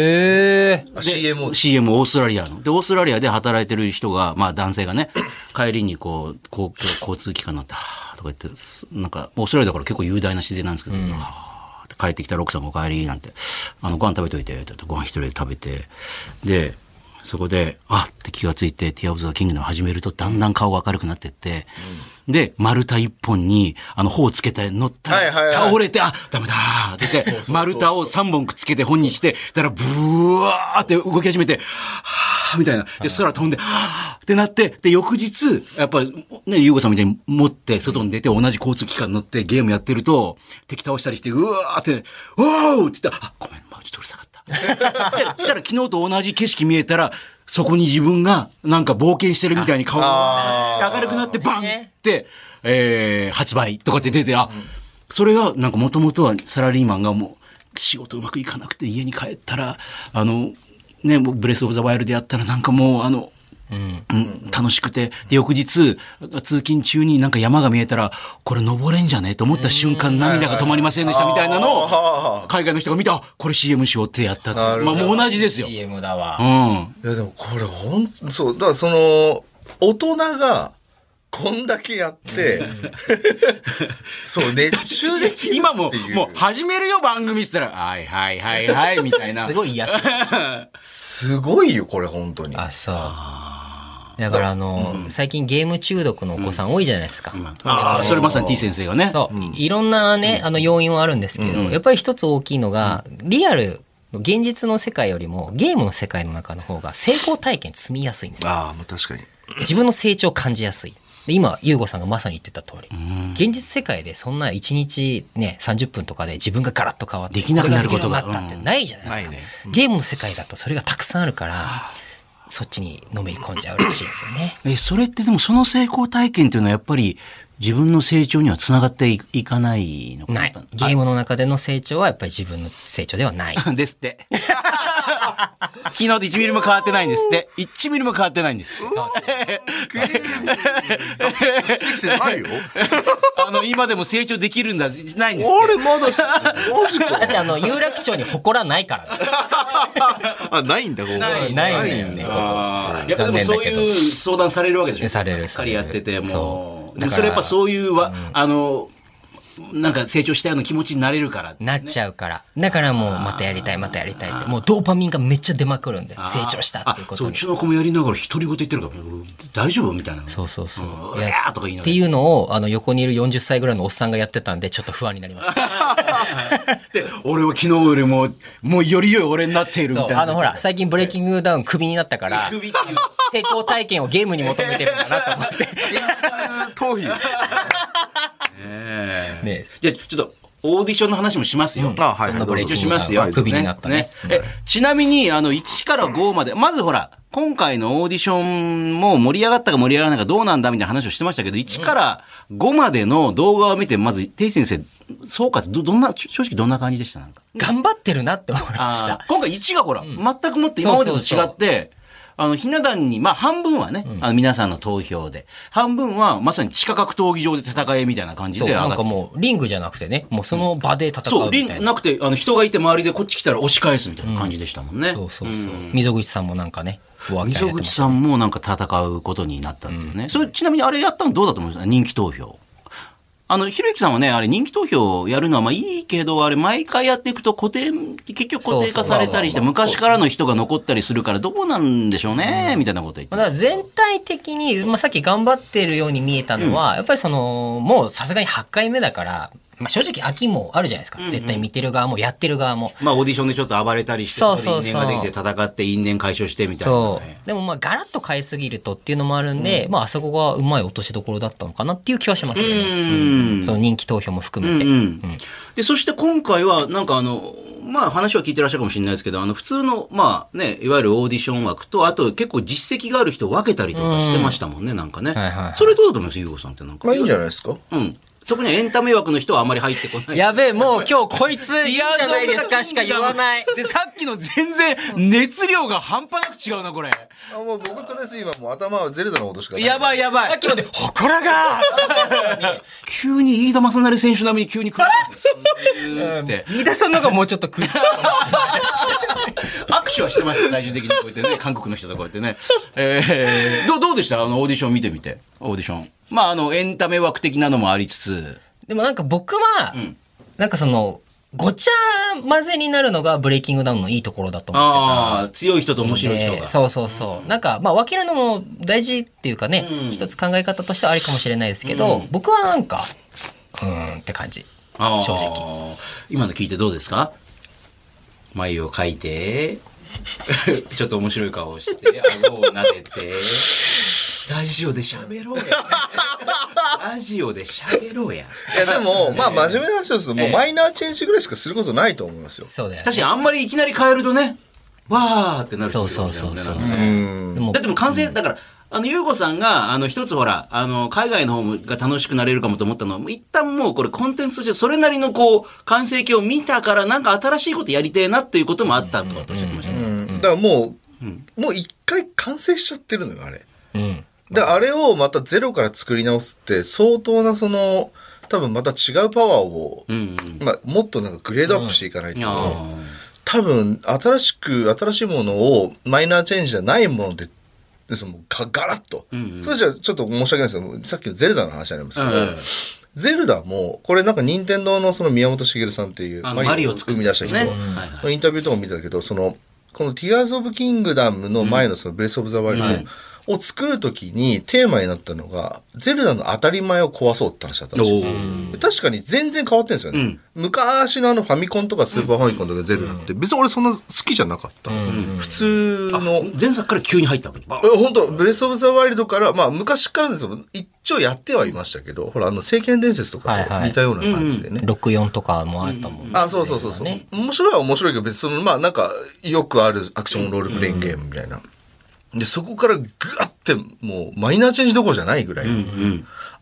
Speaker 4: え
Speaker 2: CM を
Speaker 3: CM オーストラリアの。で、オーストラリアで働いてる人が、まあ男性がね、帰りにこう、公共交通機関乗って、はぁとか言って、すなんか、オーストラリアだから結構雄大な自然なんですけど、はぁって帰ってきたら奥さんもお帰りなんて、あの、ご飯食べといて、って言ってご飯一人で食べて、で、そこで、あっって気がついて、ティア・オブ・ザ・キングダム始めると、だんだん顔が明るくなってって、で、丸太一本に、あの、頬をつけて乗った
Speaker 2: はいはいは
Speaker 3: ら、
Speaker 2: い
Speaker 3: 倒れて、あ、ダメだーって言って、丸太を3本くっつけて本にして、たら、ブワーって動き始めて、はーみたいな。で、空飛んで、はーってなって、で、翌日、やっぱ、ね、ゆうごさんみたいに持って、外に出て、同じ交通機関乗って、ゲームやってると、敵倒したりして、うわーって、おーって言ったら、あ、ごめん、まあ、ちょっとうるさかった。で [laughs] そしたら昨日と同じ景色見えたら、そこに自分がなんか冒険してるみたいに顔が明るくなってバンって、えー発売とかって出て、あ、それがなんかもともとはサラリーマンがもう仕事うまくいかなくて家に帰ったら、あの、ね、もうブレスオブザワイルドやったらなんかもうあの、うん、楽しくて、で、翌日、通勤中になんか山が見えたら、これ登れんじゃねえと思った瞬間、涙が止まりませんでしたみたいなのを、海外の人が見た、あこれ CM しようってやったって。まあ、もう同じですよ。
Speaker 4: CM だわ
Speaker 3: うん。
Speaker 2: いやでもこれほんそうだからその大人がこんだけやって、そう熱中できるっていう
Speaker 3: 今も、もう始めるよ番組したら、はいはいはいはい、みた [laughs] いな。
Speaker 4: すごい癒やす
Speaker 2: すごいよこれ本当に
Speaker 4: あそうだからあの、最近ゲーム中毒のお子さん多いじゃないですか、
Speaker 3: ああ、それまさに T 先生がね。
Speaker 4: そう、いろんなね、あの要因はあるんですけど、やっぱり一つ大きいのが、リアルの現実の世界よりもゲームの世界の中の方が成功体験積みやすいんですよ。
Speaker 2: ああまあ確かに
Speaker 4: 自分の成長を感じやすい。で今、ゆうごさんがまさに言ってた通り、現実世界でそんな1日ね、30分とかで自分がガラッと変わって、
Speaker 3: できなくなることが
Speaker 4: これできるようになったってないじゃないですか。ゲームの世界だとそれがたくさんあるから、そっちにのめり込んじゃうらしいですよ
Speaker 3: [clears throat]
Speaker 4: ね。
Speaker 3: え、それってでもその成功体験っていうのはやっぱり自分の成長にはつながっていいかないのか
Speaker 4: ない。ゲームの中での成長はやっぱり自分の成長で
Speaker 3: [laughs]
Speaker 4: はない。
Speaker 3: ム [laughs] ですって。昨日と1ミリも変わってないんですって。1ミリも変わってないん
Speaker 4: [laughs]
Speaker 3: ですって。
Speaker 2: してきてないよ
Speaker 3: あの、今でも成長できるんだ、ないんです
Speaker 2: あ
Speaker 3: って。
Speaker 2: れまだしマジ
Speaker 4: だっ
Speaker 2: か
Speaker 4: てあの有楽町に祠ないからね
Speaker 2: あないんだここ
Speaker 4: ないないんだよね
Speaker 3: あーやっぱでも
Speaker 4: 残念だ
Speaker 3: そう
Speaker 4: けど
Speaker 3: いう相談されるわけでしょ
Speaker 4: される
Speaker 3: しっかりやってても
Speaker 4: そうう
Speaker 3: でも
Speaker 4: だから
Speaker 3: それやっぱそういうわ、あのなんか成長したような気持ちになれるから
Speaker 4: なっちゃうからだからもうまたやりたいまたやりたいってもうドーパミンがめっちゃ出まくるんで成長したっていうこ
Speaker 3: あそう
Speaker 4: と
Speaker 3: う
Speaker 4: に
Speaker 3: ちの子もやりながら独り言言ってるからうん大丈夫みたいな
Speaker 4: そうそうそううんいや
Speaker 3: うわーとか言いなが
Speaker 4: って
Speaker 3: ら
Speaker 4: いうのをあの横にいる40歳ぐらいのおっさんがやってたんでちょっと不安になりました
Speaker 3: で俺は昨日よりももうより良い俺になっているみ
Speaker 4: そ
Speaker 3: [laughs] たいうな
Speaker 4: あのほら最近ブレイキングダウンクビになったから
Speaker 3: 首っていう
Speaker 4: 成功体験をゲームに求めてるんだなと
Speaker 3: [laughs]
Speaker 4: 思って
Speaker 2: 頭皮です
Speaker 4: ね
Speaker 3: じゃあちょっとオーディションの話もしますよ、
Speaker 2: あはい
Speaker 4: そんな
Speaker 2: ど
Speaker 4: ブ
Speaker 2: う
Speaker 4: レイ
Speaker 2: ぞ
Speaker 4: キ
Speaker 3: 一
Speaker 4: ン
Speaker 3: 応
Speaker 4: グ
Speaker 3: しますよ
Speaker 4: ダウン。クビになったね
Speaker 3: えちなみに、あの、1から5まで、まずほら、今回のオーディションも盛り上がったか盛り上がらないかどうなんだみたいな話をしてましたけど、1から5までの動画を見て、まず、てい先生、総括、ど、どんな、ちょ正直どんな感じでしたなんか。
Speaker 4: 頑張ってるなって思いまし
Speaker 3: あ
Speaker 4: た
Speaker 3: ー今回1がほら、全くもって今までと
Speaker 4: そうそう
Speaker 3: 違
Speaker 4: そう
Speaker 3: って、あの、ひな壇に、まあ、半分はね、あの皆さんの投票で、半分は、まさに地下格闘技場で戦えみたいな感じ
Speaker 4: そう
Speaker 3: で上が
Speaker 4: な
Speaker 3: っ
Speaker 4: ん
Speaker 3: て
Speaker 4: かもうリングじゃなくてねもうその場で戦
Speaker 3: そうう、リ
Speaker 4: みた
Speaker 3: ン
Speaker 4: いな
Speaker 3: なくて、あの、人がいて周りでこっち来たら押し返すみたいな感じでしたもんね。
Speaker 4: そうそうそう溝口さんもなんかね和牛や
Speaker 3: 溝
Speaker 4: ってま
Speaker 3: 口
Speaker 4: す
Speaker 3: さんもなんか戦うことになったっていうね、それちなみにあれやったのどうだと思いますか人気投票あのひろゆきさんはねあれ人気投票やるのはまあいいけどあれ毎回やっていくと固定結局固定化されたりして
Speaker 4: そうそうまあまあ
Speaker 3: 昔からの人が残ったりするからどうなんでしょうね、みたいなこと言って
Speaker 4: まあ
Speaker 3: た
Speaker 4: だから全体的に、まあ、さっき頑張ってるように見えたのは、やっぱりそのもうさすがに8回目だから、まあ、正直秋もあるじゃないですか、絶対見てる側もやってる側も。
Speaker 1: まあオーディションでちょっと暴れたりして、
Speaker 4: そうそうそう
Speaker 1: そこで因縁ができて戦って因縁解消してみたいな
Speaker 4: そ
Speaker 1: ね。
Speaker 4: うでもまあガラッと変えすぎるとっていうのもあるんで、まああそこがうまい落としどころだったのかなっていう気はしましたよね、
Speaker 3: うん
Speaker 4: その人気投票も含めて、
Speaker 3: うんうんでそして今回はなんかあのまあ話は聞いてらっしゃるかもしれないですけどあの普通のまあねいわゆるオーディション枠とあと結構実績がある人を分けたりとかしてましたもんね、なんかね、
Speaker 4: はいはい
Speaker 3: それどうだと思いますゆうごさんってなんか、
Speaker 2: まあいいんじゃないですか。
Speaker 3: うんそこにはエンタメ枠の人はあまり入ってこない
Speaker 4: やべえもう今日こいついいんじゃないですかしか言わない
Speaker 3: でさっきの全然熱量が半端なく違うなこれ
Speaker 2: あもう僕とりあえず今もう頭はゼルダのことしかない。
Speaker 3: やばいやばい
Speaker 4: さっきまで「ほこらが!
Speaker 3: [laughs] 急に飯田正成選手並みに急に来るんですよ」って
Speaker 4: 飯田さんの方がもうちょっと食いつくかもしれない
Speaker 3: 握手はしてました最終的にこうやってね韓国の人とこうやってね、えー、どうどうでしたあのオーディション見てみてオーディションまああのエンタメ枠的なのもありつつ
Speaker 4: でもなんか僕は、なんかその、ごちゃ混ぜになるのがブレイキングダウンのいいところだと思ってた。
Speaker 3: ああ強い人と面白い人
Speaker 4: で
Speaker 3: が、
Speaker 4: そうそうそう。なんか、まあ分けるのも大事っていうかね、一つ考え方としてはありかもしれないですけど、僕はなんか、うーんって感じ。
Speaker 3: あー
Speaker 4: 正直
Speaker 3: 今の聞いてどうですか眉を描いて [laughs] ちょっと面白い顔をして顎を撫でてラジオで喋
Speaker 4: [laughs]
Speaker 3: ろうやラジオで喋ろうや
Speaker 2: いやでも、まあ真面目な話をすると、もうマイナーチェンジぐらいしかすることないと思いますよ。
Speaker 4: そうだよ、ね。
Speaker 3: 確かにあんまりいきなり変えるとねわーってなる
Speaker 4: そうそうそうそ
Speaker 3: な
Speaker 4: う
Speaker 3: んかね
Speaker 2: うん。
Speaker 4: でも
Speaker 3: だってもう完成、だから、あの、ゆうごさんが、あの、一つほら、あの、海外の方が楽しくなれるかもと思ったのは、もう一旦もうこれコンテンツとして、それなりのこう、完成形を見たから、なんか新しいことやりてえなっていうこともあったとかっておっしゃってましたね。
Speaker 2: だからもう、もう一回完成しちゃってるのよ、あれ。
Speaker 4: うん。
Speaker 2: で、あれをまたゼロから作り直すって、相当なその、多分また違うパワーを、
Speaker 3: うんうん。
Speaker 2: まあ、もっとなんかグレードアップしていかないと、
Speaker 3: あ
Speaker 2: 多分新しく新しいものをマイナーチェンジじゃないものでですもうかガラッと、それじゃちょっと申し訳ないですけどさっきのゼルダの話ありますけど、
Speaker 3: うん
Speaker 2: ゼルダもこれなんか任天堂のその宮本茂さんっていう
Speaker 3: あのマリオを作
Speaker 2: 生
Speaker 3: っ
Speaker 2: み出した人、
Speaker 3: ねはいは
Speaker 2: インタビューとかも見てたけどそのこの「ティアーズ・オブ・キングダム」の前のその「ブレス・オブ・ザ・ワイルド」を作る時にテーマになったのがゼルダの当たり前を壊そうって話だったらしいんですよ
Speaker 3: おー
Speaker 2: 確かに全然変わってんですよね、昔のあのファミコンとかスーパーファミコンとかゼルダって別に俺そんな好きじゃなかった、普通の
Speaker 3: い前作から急に入ったわけ。バーン
Speaker 2: え本当ブレス・オブ・ザ・ワイルドから、まあ、昔からですよ一応やってはいましたけどほらあの「聖剣伝説」とかと似たような感じでね、
Speaker 4: 64とかもあったもん、
Speaker 2: あ、そうそうそうそう。面白いは面白いけど、別にその、まあなんか、よくあるアクションロールプレイングゲームみたいな。で、そこからグワって、もう、マイナーチェンジどころじゃないぐらい。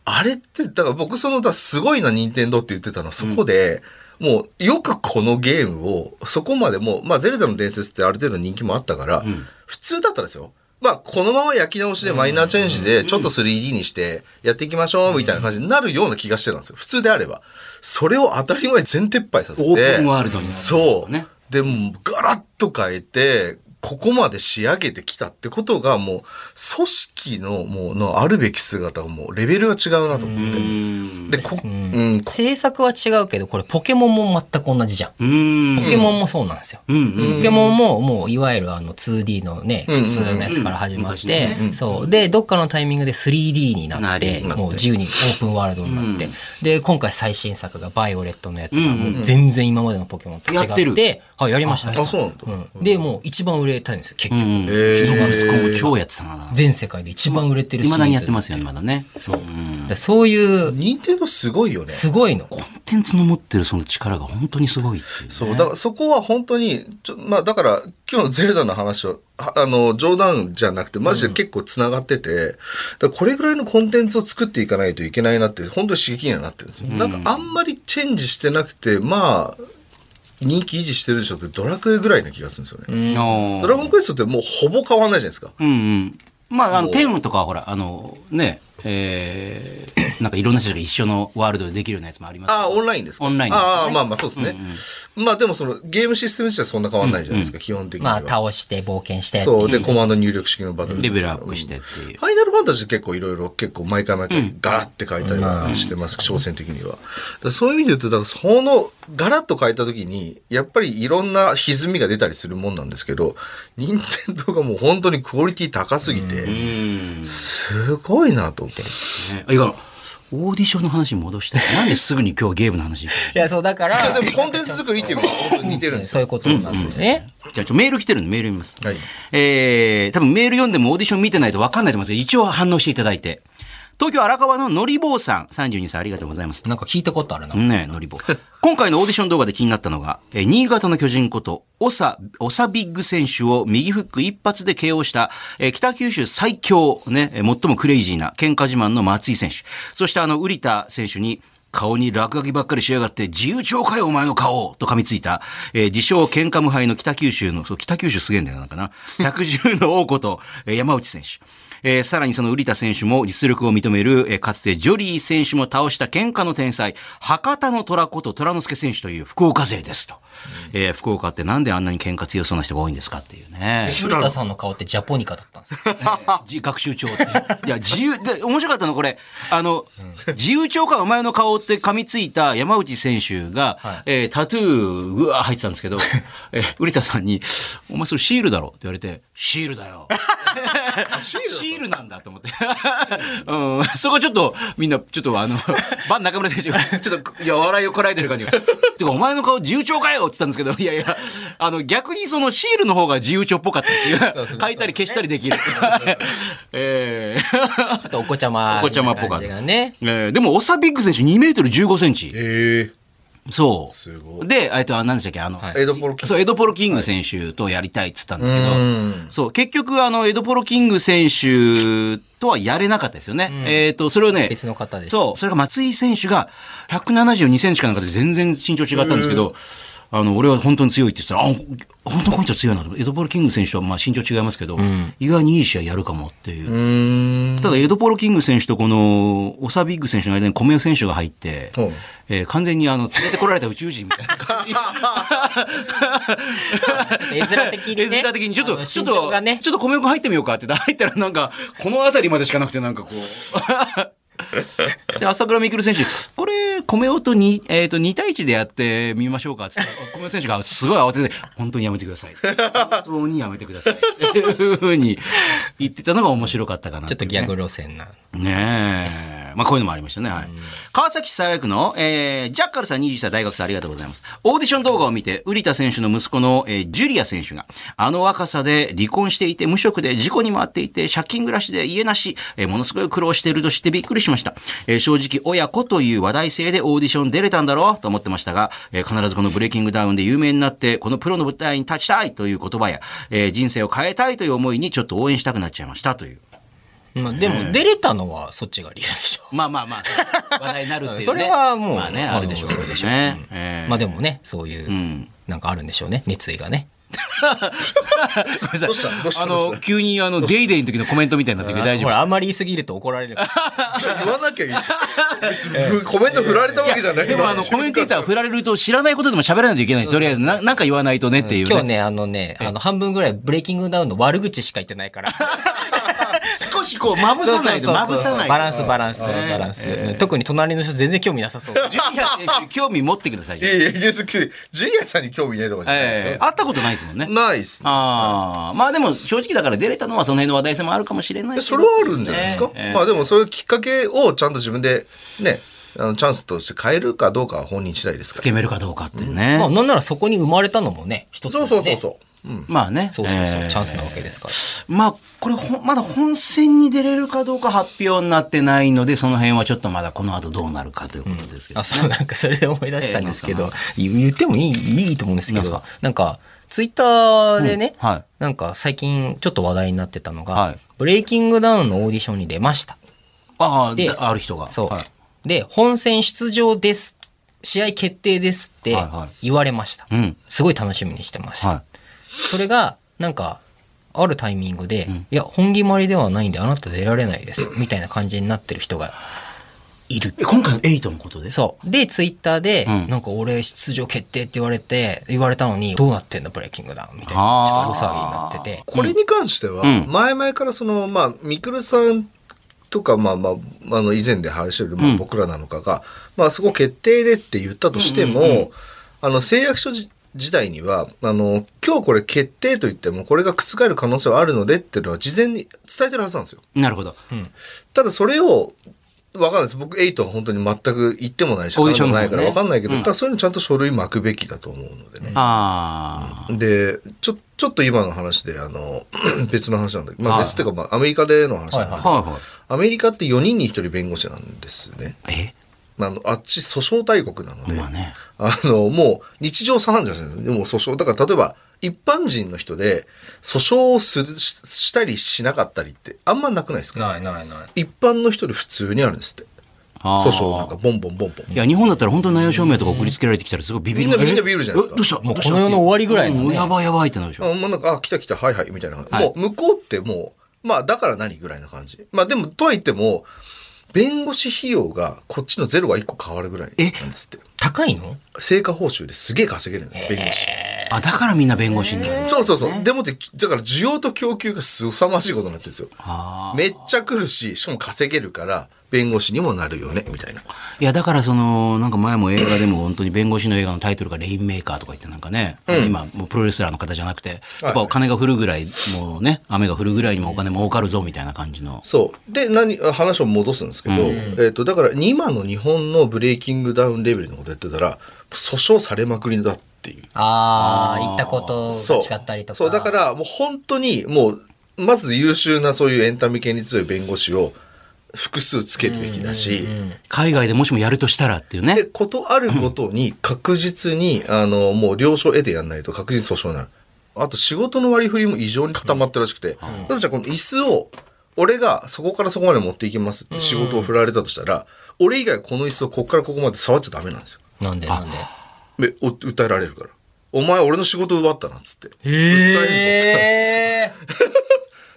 Speaker 2: あれって、だから僕その、だからすごいな、任天堂って言ってたのは、そこで、もう、よくこのゲームを、そこまでもう、まあ、ゼルダの伝説ってある程度人気もあったから、普通だったですよ。まあ、このまま焼き直しでマイナーチェンジで、ちょっと 3D にして、やっていきましょう、みたいな感じになるような気がしてたんですよ。普通であれば。それを当たり前に全撤廃させて。
Speaker 3: オープンワールドになる
Speaker 2: そう。
Speaker 3: ね
Speaker 2: でも、ガラッと変えて、ここまで仕上げてきたってことが、もう、組織の、もう、のあるべき姿が、もう、レベルが違うなと思って。
Speaker 3: うん。
Speaker 2: で、こ、うん、こ
Speaker 4: 制作は違うけど、これポケモンも全く同じじゃん。
Speaker 3: うん
Speaker 4: ポ。ケモンもそうなんですよ。
Speaker 3: うんうん。
Speaker 4: ポケモンももういわゆるあの 2D のね普通のやつから始まっ
Speaker 3: うんうんうん
Speaker 4: てそうでどっかのタイミングで 3D にな
Speaker 3: な
Speaker 4: っ
Speaker 3: り
Speaker 4: て
Speaker 3: な
Speaker 4: もう自由にオープンワールドになってで今回最新作が「バイオレット」のやつがもう全然今までのポケモンと違
Speaker 3: やって
Speaker 4: っ
Speaker 3: る
Speaker 4: てはいやりましたね
Speaker 2: あ、そうなんだ。
Speaker 4: うんでもう一番売れたんですよ結
Speaker 3: う
Speaker 4: 局
Speaker 3: ん。
Speaker 2: え
Speaker 3: ヒ
Speaker 2: ー
Speaker 3: ノマルスコも超やってたな。
Speaker 4: 全世界で一番売れてるシ
Speaker 3: 未
Speaker 4: リー
Speaker 3: だ
Speaker 4: ズ
Speaker 3: にやってますよね、まだね。そう。うん
Speaker 4: だそういう
Speaker 2: 任天堂すごいよね。
Speaker 4: すごいの
Speaker 3: コンテンツの持ってるその力が本当にすごいっていうね。
Speaker 2: そう、だからそこは本当に、ちょまあだから今日のゼルダの話は、はあの、冗談じゃなくて、マジで結構つながってて、だからこれぐらいのコンテンツを作っていかないといけないなって、本当に刺激にはなってるんですよ。なんかあんまりチェンジしてなくて、まあ、人気維持してるでしょってドラクエぐらいな気がするんですよね。
Speaker 3: あー
Speaker 2: ドラゴンクエストってもうほぼ変わんないじゃないですか。
Speaker 3: うんうん。まあ、あの、テーマとかはほら、あの、ね、えー
Speaker 1: [coughs] なんかいろんな人が一緒のワールドでできるようなやつもあります
Speaker 2: ああ、オンラインですか
Speaker 1: オンラインですね
Speaker 2: ああ、まあまあそうですね。まあでもそのゲームシステム自体はそんな変わんないじゃないですか、基本的に
Speaker 4: まあ
Speaker 2: は。
Speaker 4: 倒して冒険してってい
Speaker 2: そう。で、コマンド入力式のバトル。
Speaker 1: レベルアップしてっていう
Speaker 2: ファイナルファンタジー結構いろいろ結構毎回毎回ガラッて変えたりはしてます、挑戦的には。だからそういう意味で言うと、だからそのガラッと変えた時に、やっぱりいろんな歪みが出たりするもんなんですけど、任天堂がもう本当にクオリティ高すぎて、
Speaker 1: うん
Speaker 2: すごいなと思って。
Speaker 1: ねあいかんオーディションの話に戻して [laughs] なんですぐに今日ゲームの話に
Speaker 4: いやそうだから
Speaker 2: じゃあでもコンテンツ作りっていうのは本当に似てるんです
Speaker 4: そういうことなんですね。
Speaker 1: [laughs] じゃあちょメール来てるんでメール読みます。
Speaker 2: はい
Speaker 1: えー、多分メール読んでもオーディション見てないと分かんないと思いますけど一応反応していただいて。東京荒川ののりぼうさん、32歳ありがとうございます。
Speaker 4: なんか聞いたことあるな。
Speaker 1: ねえ、のりぼう。今回のオーディション動画で気になったのが、えー新潟の巨人こと、オサ、オサビッグ選手を右フック一発で KO した、えー北九州最強、ね、えー最もクレイジーな喧嘩自慢の松井選手。そしてあの、瓜田選手に、顔に落書きばっかりしやがって、自由帳かよ、お前の顔と噛みついた、えー自称喧嘩無敗の北九州の、そう、北九州すげえんだよな、なんかな。110の王こと、えー山内選手。えーさらにその瓜田選手も実力を認める、えーかつてジョリー選手も倒した喧嘩の天才、博多の虎こと虎之助選手という福岡勢ですと。えー福岡ってなんであんなに喧嘩強そうな人が多いんですかっていう
Speaker 4: [laughs]
Speaker 1: ね。
Speaker 4: 古田さんの顔ってジャポニカだったんですよ。
Speaker 1: じ学習帳って。いや、自由、で、面白かったの、これ。あの、自由帳かお前の顔って噛みついた山内選手が、えータトゥー、うわー入ってたんですけど、えー、瓜田さんに、お前それシールだろって言われて、シールだよ。シールなんだと思って。うん、そこちょっと、みんな、ちょっとあの、バン中村選手が、ちょっと、いや、笑いをこらえてる感じが。てか、お前の顔自由帳かよって言ったんですけど、いやいや、あの、逆にそのシールの方が自由帳っぽかったっていう。
Speaker 4: そうそう
Speaker 1: 書いたり消したりできる。え
Speaker 4: ちょっとお子ちゃま。
Speaker 1: お子ちゃまっぽかった
Speaker 4: 感じがね。
Speaker 1: ーえーでも、オサビッグ選手2メートル15センチ。
Speaker 2: ええ
Speaker 1: そう。
Speaker 2: すご
Speaker 1: で、えっと、あ何でしたっけ、あの、
Speaker 2: エドポロ [laughs] キン
Speaker 1: そう、エドポロキング選手とやりたいって言ったんですけど、
Speaker 2: うん
Speaker 1: そう、結局、あの、エドポロキング選手とはやれなかったですよね。えっ、と、それをね、
Speaker 4: 別の方でした
Speaker 1: そう、それが松井選手が172センチかなんかで全然身長違ったんですけど、あの、俺は本当に強いって言ってたら、あ、本当にこの人強いなと。エドポロキング選手とはまあ身長違いますけど、意外にいい試合やるかもっていう。
Speaker 2: うーん。
Speaker 1: ただ、エドポロキング選手とこのオサビッグ選手の間に米尾選手が入って
Speaker 2: うん、
Speaker 1: えー完全にあの連れてこられた宇宙人みたいな感じ。
Speaker 4: 絵面的にね。
Speaker 1: 絵面的にちょっと、
Speaker 4: あの
Speaker 1: ちょ
Speaker 4: 身
Speaker 1: っと、
Speaker 4: 長がね。
Speaker 1: ちょっと米粉入ってみようかって言って入ったらなんか、この辺りまでしかなくてなん [laughs] かこう。で、朝倉未来選手、これ、米尾とに、えっ、と、2対1でやってみましょうかって言ったら、米尾選手がすごい慌てて、本当にやめてくだ
Speaker 3: [laughs]
Speaker 1: さい。本当にやめてください。っていうふうに言ってたのが面白かったかな
Speaker 4: ちょっとギャ
Speaker 1: グ
Speaker 4: グ路線な。
Speaker 1: ねえ。まあこういうのもありましたね。はい。川崎市幸区の、えー、ジャッカルさん21歳大学生ありがとうございます。オーディション動画を見て、瓜田選手の息子の、えージュリア選手が、あの若さで離婚していて、無職で事故にも遭っていて、借金暮らしで家なし、えーものすごい苦労していると知ってびっくりしました。えー正直親子という話題性でオーディション出れたんだろうと思ってましたが、えー必ずこのブレイキングダウンで有名になって、このプロの舞台に立ちたいという言葉や、えー人生を変えたいという思いにちょっと応援したくなっちゃいましたという。
Speaker 4: まあでも出れたのはそっちが理由でしょ。
Speaker 1: まあまあまあ、話題になるっていう、ね。
Speaker 4: それはもう
Speaker 1: まあね、
Speaker 4: あの
Speaker 1: あるでしょう
Speaker 4: そうでしょう
Speaker 1: ね。
Speaker 4: まあで
Speaker 1: も、
Speaker 4: もね、そういうう、
Speaker 1: ん。
Speaker 4: なんかあるんでしょうね。熱意がね。
Speaker 1: ごめんなさい
Speaker 2: どうしたどうした
Speaker 1: あ
Speaker 2: どう
Speaker 1: の、
Speaker 2: し
Speaker 1: 急にあの、デイデイの時のコメントみたいになってるけど大丈
Speaker 4: ほ
Speaker 1: 夫
Speaker 4: ら、あんまり言いすぎると怒られるから。
Speaker 2: じゃあ言わなきゃいいじゃん。コメント振られたわけじゃない
Speaker 1: でもあの、コメンテーターは振られると知らないことでも喋らないといけない。とりあえず、ななんか言わないとねっていう、
Speaker 4: 今日。ね、あのね、あの、半分ぐらいブレイキングダウンの悪口しか言ってないから。
Speaker 1: 少しこう、まぶさないで、まぶさないで。
Speaker 4: バランス、バランス、バランス。うん特に隣の人全然興味なさそう。
Speaker 1: ジュニア選手興味持ってください
Speaker 2: い
Speaker 1: よ。
Speaker 2: やいや、イエスキュージュニアさんに興味ないとかじゃないですよ
Speaker 1: ええ。会ったことないですもんね。
Speaker 2: ないっすね。
Speaker 1: ああ、まあでも正直だから出れたのはその辺の話題性もあるかもしれないけど
Speaker 2: それはあるんじゃないですか。
Speaker 1: ええ
Speaker 2: まあでも、そういうきっかけをちゃんと自分でね、あのチャンスとして変えるかどうかは本人次第です
Speaker 1: つ
Speaker 2: か
Speaker 1: けめるかどうかっていうね。
Speaker 4: まあ、なんならそこに生まれたのもね、一
Speaker 2: ら。
Speaker 4: つだ
Speaker 2: そ
Speaker 4: よ
Speaker 2: う
Speaker 4: ね。
Speaker 2: そうそうそう。うん。
Speaker 1: まあね。
Speaker 4: そうそうそう
Speaker 1: ええ
Speaker 4: チャンスなわけですから。
Speaker 1: まあ、これほん、まだ本戦に出れるかどうか発表になってないので、その辺はちょっとまだこの後どうなるかということですけど。
Speaker 4: あ、そう、なんかそれで思い出したんですけ
Speaker 1: ええ
Speaker 4: ど
Speaker 1: な、
Speaker 4: 言言ってもいい、いいと思うんですけ
Speaker 1: なんす
Speaker 4: ど
Speaker 1: か、
Speaker 4: なんか、ツイッターでね、
Speaker 1: はい。
Speaker 4: なんか最近ちょっと話題になってたのが、
Speaker 1: はい
Speaker 4: ブレイキングダウンのオーディションに出ました。
Speaker 1: ああ、
Speaker 4: で
Speaker 1: である人が。
Speaker 4: そう。
Speaker 1: はい
Speaker 4: で、本戦出場です。試合決定ですって
Speaker 1: はいはい
Speaker 4: 言われました。
Speaker 1: うん。
Speaker 4: すごい楽しみにしてました。
Speaker 1: は
Speaker 4: それが、なんか、あるタイミングで、いや、本決まりではないんで、あなた出られないです、みたいな感じになってる人が
Speaker 1: いる。今回のエイトのことで。
Speaker 4: そう。で、ツイッターで、
Speaker 1: うん
Speaker 4: なんか俺出場決定って言われて、言われたのに、どうなってんだ、ブレイキングダウンみたいな、ちょっと
Speaker 1: あー
Speaker 4: 大騒ぎになってて。
Speaker 2: これに関しては、
Speaker 1: うん
Speaker 2: 前々からその、まあ、ミクルさんとか、まあまあ、あの、以前で話してる、まあ、僕らなのかが、まあ、そこ決定でって言ったとしても、あの、誓約書じ時代には、あの、今日これ決定と言っても、これが覆る可能性はあるのでっていうのは事前に伝えてるはずなんですよ。
Speaker 1: なるほど。
Speaker 2: ただそれを、わかんないです。僕、エイトは本当に全く言ってもないし、
Speaker 1: オーディションの方
Speaker 2: な
Speaker 1: ね
Speaker 2: いからわかんないけど、ただそういうのちゃんと書類巻くべきだと思うのでね。
Speaker 1: あ
Speaker 2: でちょちょっと今の話であの [clears throat] 別の話なんだけど、まあ、
Speaker 1: はい
Speaker 2: 別っていうか、まあ、アメリカでの話なんだけど、
Speaker 1: あ。は
Speaker 2: アメリカって4人に1人弁護士なんですよね
Speaker 1: いはい。え
Speaker 2: あのあっち訴訟大国なので、
Speaker 1: まあね。
Speaker 2: あのもう日常茶飯事なんですよもう訴訟だから例えば一般人の人で訴訟をするししたりしなかったりってあんまなくないですか
Speaker 4: ないないない。
Speaker 2: 一般の人で普通にあるんですって
Speaker 1: あ
Speaker 2: 訴訟なん
Speaker 1: あ。
Speaker 2: かボンボンボンボン
Speaker 1: いや、日本だったら本当に内容証明とか送りつけられてきたらすごいビビる。
Speaker 2: みんなみんな
Speaker 1: え
Speaker 2: ビビるじゃないですか
Speaker 1: えどうした
Speaker 4: もう
Speaker 1: どした
Speaker 4: この世の終わりぐらいのね
Speaker 1: うんやばいやばいってなるでしょ。
Speaker 2: あもうなんか、あ、来た来た、はいはい、みたいな感じ。
Speaker 1: はい
Speaker 2: もう、向こうってもう、まあ、だから何ぐらいな感じ。まあ、でも、とは言っても、弁護士費用が、こっちのゼロが1個変わるぐらいなんですって。
Speaker 4: 高いの
Speaker 2: 成果報酬ですげえ稼げるのよ、弁護士。
Speaker 1: あ、だからみんな弁護士になる。
Speaker 2: そうそうそう。でもって、だから需要と供給が凄まじいことになってるんですよ。
Speaker 1: あ
Speaker 2: めっちゃ来るし、しかも稼げるから、弁護士にもなるよね、みたいな。
Speaker 1: あ。いや、だからその、なんか前も映画でも本当に弁護士の映画のタイトルがレインメーカーとか言ってなんかね、今、もうプロレスラーの方じゃなくて、やっぱお金が降るぐらい、もうね、雨が降るぐらいにもお金儲かるぞみたいな感じの。
Speaker 2: そう。で、何、話を戻すんですけど、えっと、だから、今の日本のブレイキングダウンレベルのことやってたら、訴訟されまくりだっていう。
Speaker 4: ああ、言ったこと
Speaker 2: そう
Speaker 4: が違ったりとか。
Speaker 2: そうだからもう本当にもうまず優秀なそういうエンタメ系に強い弁護士を複数つけるべきだし、
Speaker 1: 海外でもしもやるとしたらっていう
Speaker 2: で
Speaker 1: ね。
Speaker 2: ことあることに確実にあのもう了承を得てやんないと確実訴訟になるあと仕事の割り振りも異常に固まったらしくて、例えばじゃあこの椅子を俺がそこからそこまで持っていきますって仕事を振られたとしたら、俺以外この椅子をここからここまで触っちゃダメなんですよ
Speaker 4: なんでなんで。
Speaker 2: でお訴えられるからお前俺の仕事奪ったなっつって訴えるぞってなるんですよ [laughs]
Speaker 4: え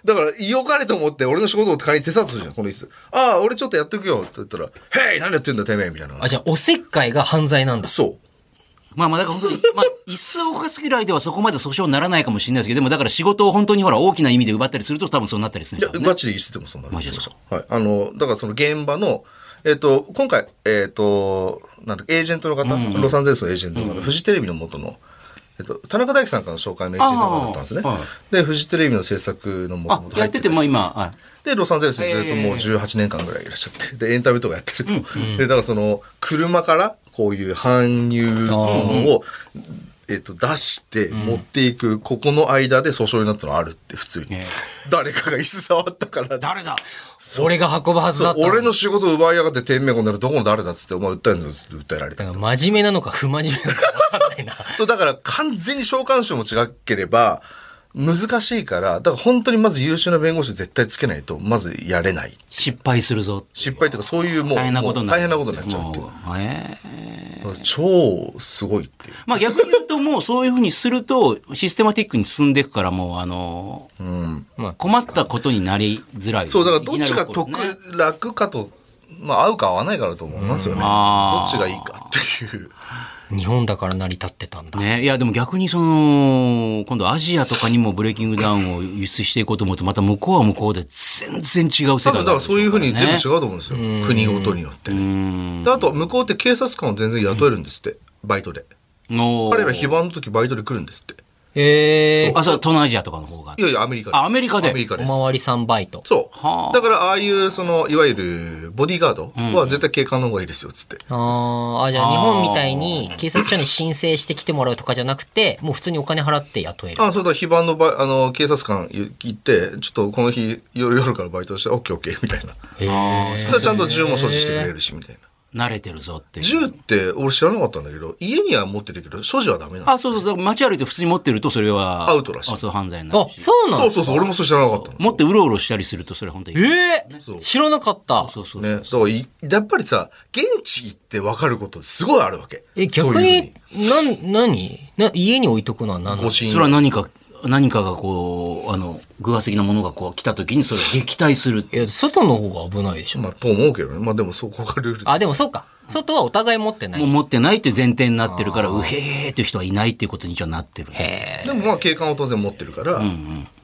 Speaker 2: だから、よかれと思って、俺の仕事を仮に手伝ったとするじゃん、この椅子。ああ、俺ちょっとやってくよって言ったら、へい何やってんだ、てめえみたいな
Speaker 4: ー。あ、。じゃあ、おせっかいが犯罪なんだ。
Speaker 2: そ
Speaker 1: まあまあ、だから本当に、まあ、椅子を動かすぐらいではそこまで訴訟にならないかもしれないですけど、でもだから仕事を本当にほら、大きな意味で奪ったりすると多分そうなったりするん
Speaker 2: う。い
Speaker 1: でし
Speaker 2: や
Speaker 1: ょ、うね。
Speaker 2: ガチで椅子でもそんなの
Speaker 1: マジですか
Speaker 2: はい。あの、だからその現場の、えっ、と、今回、えっ、と、なんだエージェントの方、ロサンゼルスのエージェントの方、フジテレビの元の、えっと、田中大樹さんからの紹介のエージェントの方だったんですね
Speaker 1: ああはい。
Speaker 2: で、フジテレビの制作の元
Speaker 1: あ
Speaker 2: 々、
Speaker 1: やってて、まあ今、はい
Speaker 2: で、ロサンゼルスにずっともう18年間ぐらいいらっしゃって、で、エンタメとかやってると。で、だからその、車からこういう搬入物を、えっと、出して持っていく、ここの間で訴訟になったのあるって、普通に
Speaker 1: え。
Speaker 2: 誰かが椅子触ったから、
Speaker 1: 誰だ
Speaker 4: 俺が運ぶはずだったのに。
Speaker 2: 俺の仕事奪いやがって、天命こんなのどこの誰だっつって、お前訴えるぞっつって訴えられ
Speaker 4: だ
Speaker 2: た。
Speaker 4: から真面目なのか不真面目なのか分かんない
Speaker 2: [laughs]
Speaker 4: な。
Speaker 2: そう、だから完全に召喚師も違ければ、難しいから、だから本当にまず優秀な弁護士絶対つけないと、まずやれない。
Speaker 1: 失敗するぞ。
Speaker 2: 失敗というか、そういうもう、
Speaker 1: 大変なことにな
Speaker 2: もう
Speaker 1: る
Speaker 2: 大変なことになっちゃうっていう
Speaker 1: も。うええ
Speaker 2: 超すごいっていう。
Speaker 1: まあ逆に言うともうそういうふうにするとシステマティックに進んでいくからもうあの、困ったことになりづらい。
Speaker 2: そう、だからどっちが
Speaker 1: い
Speaker 2: 得
Speaker 1: きなり起こるね、
Speaker 2: 楽かと、まあ合うか合わないかだと思いますよね。ど
Speaker 1: あ
Speaker 2: っ
Speaker 1: ー
Speaker 2: ちがいいかっていう。
Speaker 4: 日本だから成り立ってたんだ。
Speaker 1: ね、いやでも逆にその今度アジアとかにもブレイキングダウンを輸出していこうと思うとまた向こうは向こうで全然違う世界
Speaker 2: 多分だからそういうふうに全部違う
Speaker 1: う
Speaker 2: と思うんですよ。国ごとによって。
Speaker 1: ん
Speaker 2: であと向こうって警察官を全然雇えるんですって。バイトで。
Speaker 1: の
Speaker 2: 彼ら非番の時バイトで来るんですって。
Speaker 4: ええ
Speaker 1: あそう東南アジアとかの方が
Speaker 2: いやいや、アメリカです
Speaker 1: あアメリカで
Speaker 2: アメリカ
Speaker 4: お
Speaker 2: です。
Speaker 4: まわりさんバイト。
Speaker 2: そ
Speaker 1: は
Speaker 2: う。
Speaker 1: あ
Speaker 2: だからああいう、その、いわゆるボディーガードは絶対警官の方がいいですよ、つって。
Speaker 4: あーあ、じゃあ日本みたいに警察署に申請してきてもらうとかじゃなくて、もう普通にお金払って雇える。
Speaker 2: あそうだ非番のばあの警察官行ってちょっとこの日夜夜からバイトしてオッケーオッケーみたいな
Speaker 4: へ
Speaker 2: そ
Speaker 4: え
Speaker 2: したらちゃんと銃も所持してくれるしみたいな
Speaker 1: 慣れてるぞっていう
Speaker 2: 銃って俺知らなかったんだけど家には持ってるけど所持はダメなの
Speaker 1: あそうそうそう街歩いて普通に持ってるとそれは
Speaker 2: アウトらしい
Speaker 1: あそう犯罪にな
Speaker 4: あ
Speaker 1: る、し
Speaker 4: そうな
Speaker 2: そう
Speaker 4: の
Speaker 2: そうそう俺もそれ知らなかったの
Speaker 1: 持ってうろうろしたりするとそれ本当に
Speaker 4: え
Speaker 2: そう
Speaker 4: ー、知らなかった。
Speaker 1: そうそう
Speaker 2: ね、だからいやっぱりさ現地行って分かることすごいあるわけ
Speaker 4: え、
Speaker 2: そういうふ
Speaker 4: 逆
Speaker 2: う
Speaker 4: に、なん、何な、家に置いとくのは何なの
Speaker 2: 護身
Speaker 1: それは何か何かがこうあの偶発的なものがこう来た時にそれを撃退する
Speaker 4: いや、外の方が危ないでしょ。
Speaker 2: まあ、と思うけどね。まあ、でもそこがルール
Speaker 4: あ、でもそうか。外はお互い持ってな
Speaker 1: もう
Speaker 4: い。
Speaker 1: 持ってないという前提になってるからうへーっていう人はいないっていうことに一応なってる
Speaker 4: へえ。
Speaker 2: でもまあ警官を当然持ってるから、だか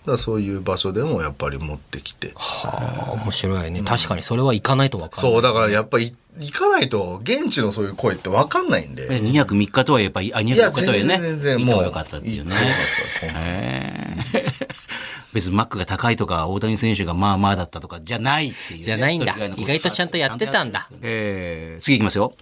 Speaker 2: らそういう場所でもやっぱり持ってきて。
Speaker 4: あ面白いね。確かにそれは行かないとわかんない。
Speaker 2: そう、だからやっぱり行かないと、現地のそういう声って分かんないんで。
Speaker 1: 2泊3日とはいえばあ2泊4日とはいえね
Speaker 2: いや全然全
Speaker 1: 行
Speaker 2: 然
Speaker 1: った方が良かったっていうね
Speaker 2: もう
Speaker 1: へー [laughs] 別にマックが高いとか大谷選手がまあまあだったとかじゃないっていうね、
Speaker 4: じゃないんだ
Speaker 1: それ以外の。こ
Speaker 4: 意外とちゃんとやってたんだ。
Speaker 1: えー次いきますよ。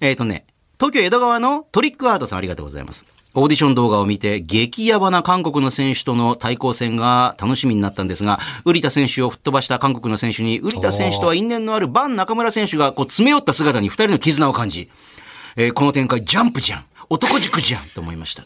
Speaker 1: えっ、とね、東京江戸川のトリックアートさんありがとうございます。オーディション動画を見て、激ヤバな韓国の選手との対抗戦が楽しみになったんですが、瓜田選手を吹っ飛ばした韓国の選手に、瓜田選手とは因縁のあるバン中村選手がこう詰め寄った姿に二人の絆を感じ、えーこの展開ジャンプじゃん男塾じゃんと思いました。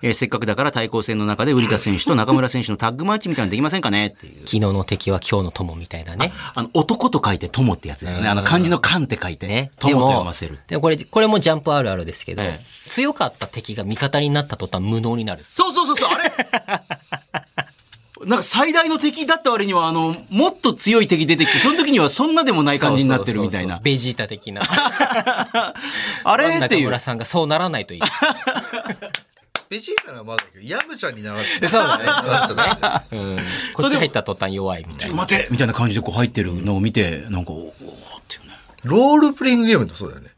Speaker 1: えーせっかくだから対抗戦の中で瓜田選手と中村選手のタッグマッチみたいなのできませんかねっていう。
Speaker 4: 昨日の敵は今日の友みたいなね。
Speaker 1: あの、男と書いて友ってやつですよね。あの、漢字の漢って書いてね
Speaker 4: ね。
Speaker 1: 友と読ませる。
Speaker 4: でもこれ、これもジャンプあるあるですけど、
Speaker 1: え
Speaker 4: 強かった敵が味方になった途端無能になる。
Speaker 1: そうそうそうそう、あれ [laughs] なんか最大の敵だった割には、あの、もっと強い敵出てきて、その時にはそんなでもない感じになってるみたいな。
Speaker 4: ベジータ的な。
Speaker 1: [laughs] あれって
Speaker 4: 中
Speaker 1: いう
Speaker 4: 村。さんがそうならないと
Speaker 1: [laughs]
Speaker 4: いい。
Speaker 2: ベジータならまだだけど、ヤムちゃんにならって
Speaker 4: そうだね。
Speaker 2: なっちゃダメだよ
Speaker 4: うんこっち入った途端弱いみたいな。
Speaker 1: 待てみたいな感じでこう入ってるのを見て、なんか、おおーっていうね。
Speaker 2: ロールプレイングゲームってそうだよね。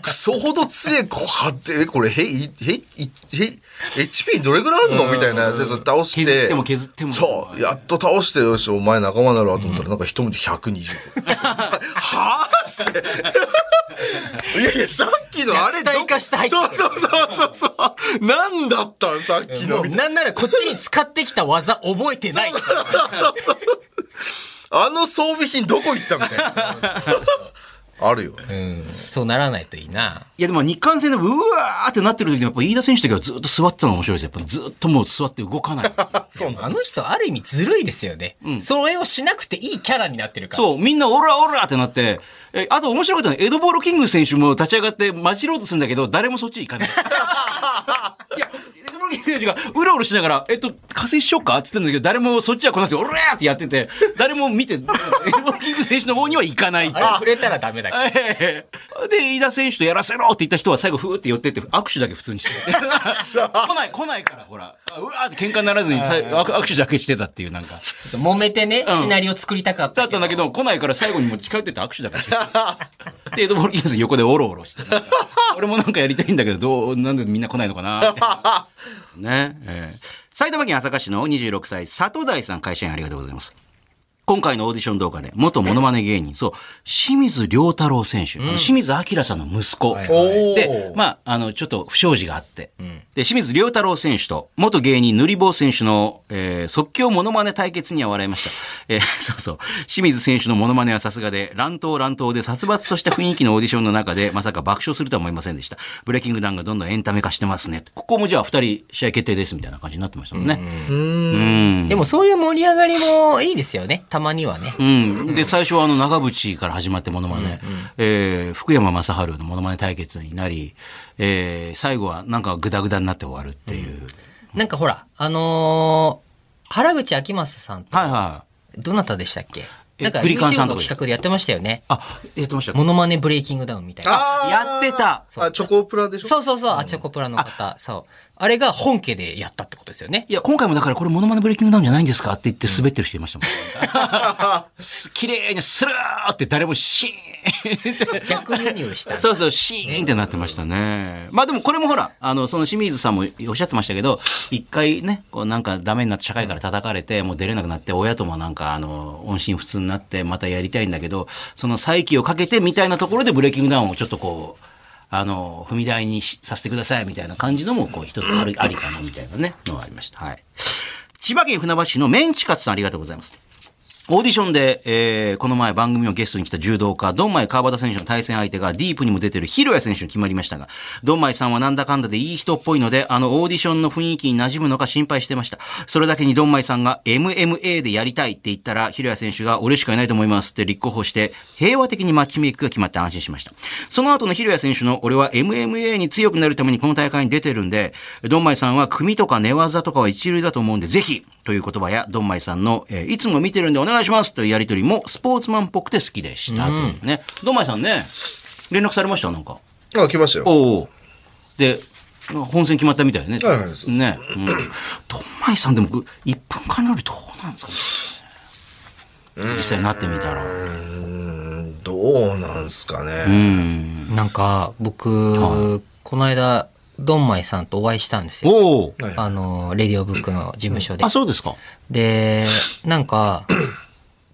Speaker 2: クソほど強い子張って、えこれ、へい、へい、へい、HP どれぐらいあんのみたいなやつでそれ倒して。
Speaker 1: 削っても削っても
Speaker 2: そう。やっと倒して、よし、お前仲間になるわと思ったら、なんか一文字120。はぁって。いやいや、さっきのあれどこ
Speaker 4: 弱体化したい
Speaker 2: そうそうそうそうそう。なんだったんさっきの。みたいな
Speaker 4: なんならこっちに使ってきた技覚えてない。
Speaker 2: あの装備品どこ行ったみたいな。あるよね。
Speaker 4: うんそうならないといいな。
Speaker 1: いやでも日韓戦でうわーってなってる時にやっぱ飯田選手だけはずっと座ってたのが面白いですよ。やっぱずっともう座って動かない。
Speaker 2: そうな
Speaker 4: あの人ある意味ずるいですよね。それをしなくていいキャラになってるから。
Speaker 1: そう、みんなオラオラってなって、え、あと面白かったのはエドボーロキング選手も立ち上がって混じろうとするんだけど、誰もそっち行か [laughs] ない。いや、エドボーロキング選手がうろうろしながら、えっと、加勢しようかって言ってるんだけど、誰もそっちは来なくて、オラーってやって
Speaker 4: [laughs]
Speaker 1: て、誰も見て、エドボーロキング選手の方には行かないっていう
Speaker 4: あれ触れたらダメだけど。
Speaker 1: ええで、飯田選手とやらせろって言った人は最後、ふーって寄ってって、握手だけ普通
Speaker 4: [laughs]
Speaker 1: にして。 [laughs] 来ない、来ないから、ほら。あうわーって喧嘩にならずにさ握握手だけしてたっていう、なんか。
Speaker 4: ちょっと揉めてね、シナリオ作りたかっ
Speaker 1: だ
Speaker 4: た
Speaker 1: っ
Speaker 4: けど。
Speaker 1: たんだけど、来ないから最後にもう近寄ってって握手だけして [laughs] で、エドボールキングス横でオロオロ [laughs] してなんか。俺もなんかやりたいんだけど、どう、なんでみんな来ないのかなって。 [laughs] ね、ええ埼玉県朝霞市の26歳、里大さん会社員ありがとうございます。今回のオーディション動画で、元モノマネ芸人、そう、清水良太郎選手、清水明さんの息子。
Speaker 4: い
Speaker 2: おー
Speaker 1: で、まあ、あの、ちょっと不祥事があって、で、清水良太郎選手と、元芸人、塗り棒選手の、えー即興モノマネ対決には笑いました。えー [laughs] そうそう。清水選手のモノマネはさすがで、乱闘乱闘で殺伐とした雰囲気のオーディションの中で、まさか爆笑するとは思いませんでした。ブレイキングダウンがどんどんエンタメ化してますね。ここもじゃあ二人試合決定ですみたいな感じになってましたもんね。
Speaker 4: でもそういう盛り上がりもいいですよね。たまにはね。
Speaker 1: うん、で最初はあの長渕から始まってものまね、えー福山雅治のものまね対決になり、えー最後はなんかグダグダになって終わるっていう、
Speaker 4: なんかほら、あのー原口あきまささんと、
Speaker 1: はいはい
Speaker 4: どなたでしたっけ
Speaker 1: え
Speaker 4: なんか
Speaker 1: クリカン
Speaker 4: YouTube
Speaker 1: さんと
Speaker 4: の
Speaker 1: かです
Speaker 4: 企画でやってましたよね。
Speaker 1: あやってました
Speaker 4: モノマネブレイキングダウンみたいな。
Speaker 2: あ
Speaker 1: やってた
Speaker 2: ーあ、チョコプラでしょ
Speaker 4: そうそうそう、あチョコプラの方。そう。あれが本家でやったってことですよね。
Speaker 1: いや今回もだからこれものまねブレイキングダウンじゃないんですかって言って滑ってる人いましたもん、 [laughs] す綺麗にスルーって誰もシーンって
Speaker 4: 逆輸入した。
Speaker 1: そうそう、シーンってなってましたね。まあでもこれもほら、あの、その清水さんもおっしゃってましたけど、一回ね、こうなんかダメになって社会から叩かれて、もう出れなくなって、親ともなんかあの、音信不通になって、またやりたいんだけど、その再起をかけてみたいなところでブレイキングダウンをちょっとこう、あの、踏み台にしさせてくださいみたいな感じのも、こう一つある、ありかなみたいなね、のがありました。はい。千葉県船橋市のメンチカツさんありがとうございます。オーディションで、えーこの前番組のゲストに来た柔道家、ドンマイ川端選手の対戦相手がディープにも出てるヒロヤ選手に決まりましたが、ドンマイさんはなんだかんだでいい人っぽいので、あのオーディションの雰囲気に馴染むのか心配してました。それだけにドンマイさんが MMA でやりたいって言ったら、ヒロヤ選手が俺しかいないと思いますって立候補して、平和的にマッチメイクが決まって安心しました。その後のヒロヤ選手の俺は MMA に強くなるためにこの大会に出てるんで、ドンマイさんは組とか寝技とかは一流だと思うんで、ぜひという言葉や、ドンマイさんの、えーいつも見てるんでお願いしますというやりとりも、スポーツマンっぽくて好きでした。というね。ドンマイさんね、連絡されましたなんか。
Speaker 2: あ、来ましたよ。
Speaker 1: おうおうで、本戦決まったみたいね。
Speaker 2: はいはいそう
Speaker 1: ね。うん、ドンマイさんでも、1分間よりどうなんですかね。実際になってみたら。
Speaker 2: うんどうなんすか
Speaker 1: う
Speaker 2: ね。
Speaker 1: ん。
Speaker 4: なんか僕、この間ドンマイさんとお会いしたんですよ。
Speaker 1: おお。
Speaker 2: はい
Speaker 4: あのレディオブックの事務所で
Speaker 1: あ、。そうですか。
Speaker 4: でなんか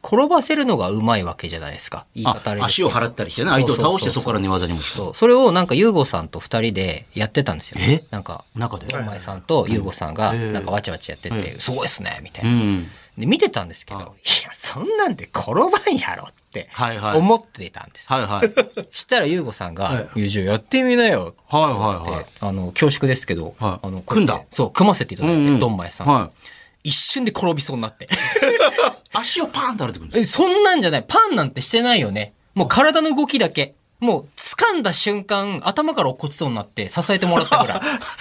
Speaker 4: 転ばせるのがうまいわけじゃないですか。言い
Speaker 1: あ
Speaker 4: 方あれ、ですけ
Speaker 1: 足
Speaker 4: ど
Speaker 1: を払ったりしてね、相手を倒してそこから寝技にもした。
Speaker 4: そうそれをなんかユーゴさんと二人でやってたんですよ
Speaker 1: え。
Speaker 4: なんか
Speaker 1: 中で。
Speaker 4: ドンマイさんとユーゴさんがなんかわちゃわちゃやってて、すごいっすねみたいな。
Speaker 1: ん。
Speaker 4: で見てたんですけど、いやそんなんで転ばんやろって
Speaker 1: はいはい
Speaker 4: 思ってたんです。
Speaker 1: はいはい。はい
Speaker 4: したらユーゴさんが「友情やってみなよ」って、
Speaker 1: はいはい。
Speaker 4: あの恐縮ですけど、
Speaker 1: はい
Speaker 4: あの
Speaker 1: 組んだ
Speaker 4: こうやってそう組ませていただいて、
Speaker 1: うんうん
Speaker 4: ドンマイさん、
Speaker 1: は
Speaker 4: 一瞬で転びそうになって
Speaker 1: 足をパーンと歩いてくるんです
Speaker 4: えそんなんじゃないパンなんてしてないよねもう体の動きだけもう掴んだ瞬間頭から落っこちそうになって支えてもらったぐらい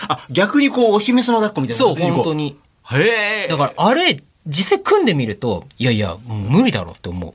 Speaker 1: あ、逆にこう、お姫様抱っこみ [laughs] たいな。
Speaker 4: そう本当
Speaker 1: に。
Speaker 4: に
Speaker 1: へえ。
Speaker 4: だからあれ実際組んでみるといやいやもう無理だろうって思う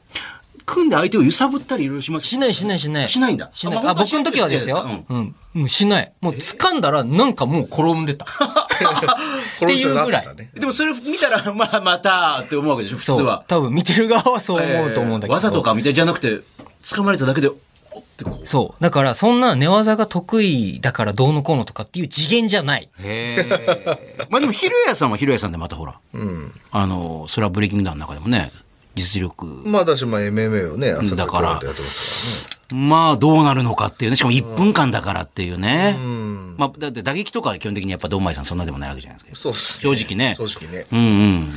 Speaker 1: 組んで相手を揺さぶったりいろいろします。
Speaker 4: しないしないしない。
Speaker 1: しないんだ
Speaker 4: しない。
Speaker 1: あ本
Speaker 4: あ、僕
Speaker 1: 当は
Speaker 4: の時はです
Speaker 1: し
Speaker 4: よ
Speaker 1: ないです。
Speaker 4: うん。うんしない。もう掴んだらなんかもう転ん
Speaker 1: [laughs]
Speaker 4: でた。っていうぐらい
Speaker 2: 転ぶ人になってた。ね
Speaker 1: でもそれ見たら、まあ、またって思うわけでしょ、普通
Speaker 4: そう
Speaker 1: は。。
Speaker 4: 多分見てる側はそう思うと思うんだけど。
Speaker 1: 技とかみたいじゃなくて、掴まれただけで、おってこう。
Speaker 4: そう。だからそんな寝技が得意だからどうのこうのとかっていう次元じゃない。
Speaker 1: へえ。まあでも、ひろやさんはひろやさんでまたほら、
Speaker 2: うん。
Speaker 1: あの、それはブレイキングダウンの中でもね、実力。
Speaker 2: まあ私も MMA をね、朝
Speaker 1: だ
Speaker 2: か
Speaker 1: から
Speaker 2: らこうやってやってますか
Speaker 1: まあ、どうなるのかっていうね。しかも1分間だからっていうね。
Speaker 2: らね。うん。
Speaker 1: まあ、だって打撃とかは基本的にやっぱドンマイさんそんなでもないわけじゃないですか。
Speaker 2: そうっす
Speaker 1: 正直ね
Speaker 2: 正直ね。
Speaker 1: うんうん。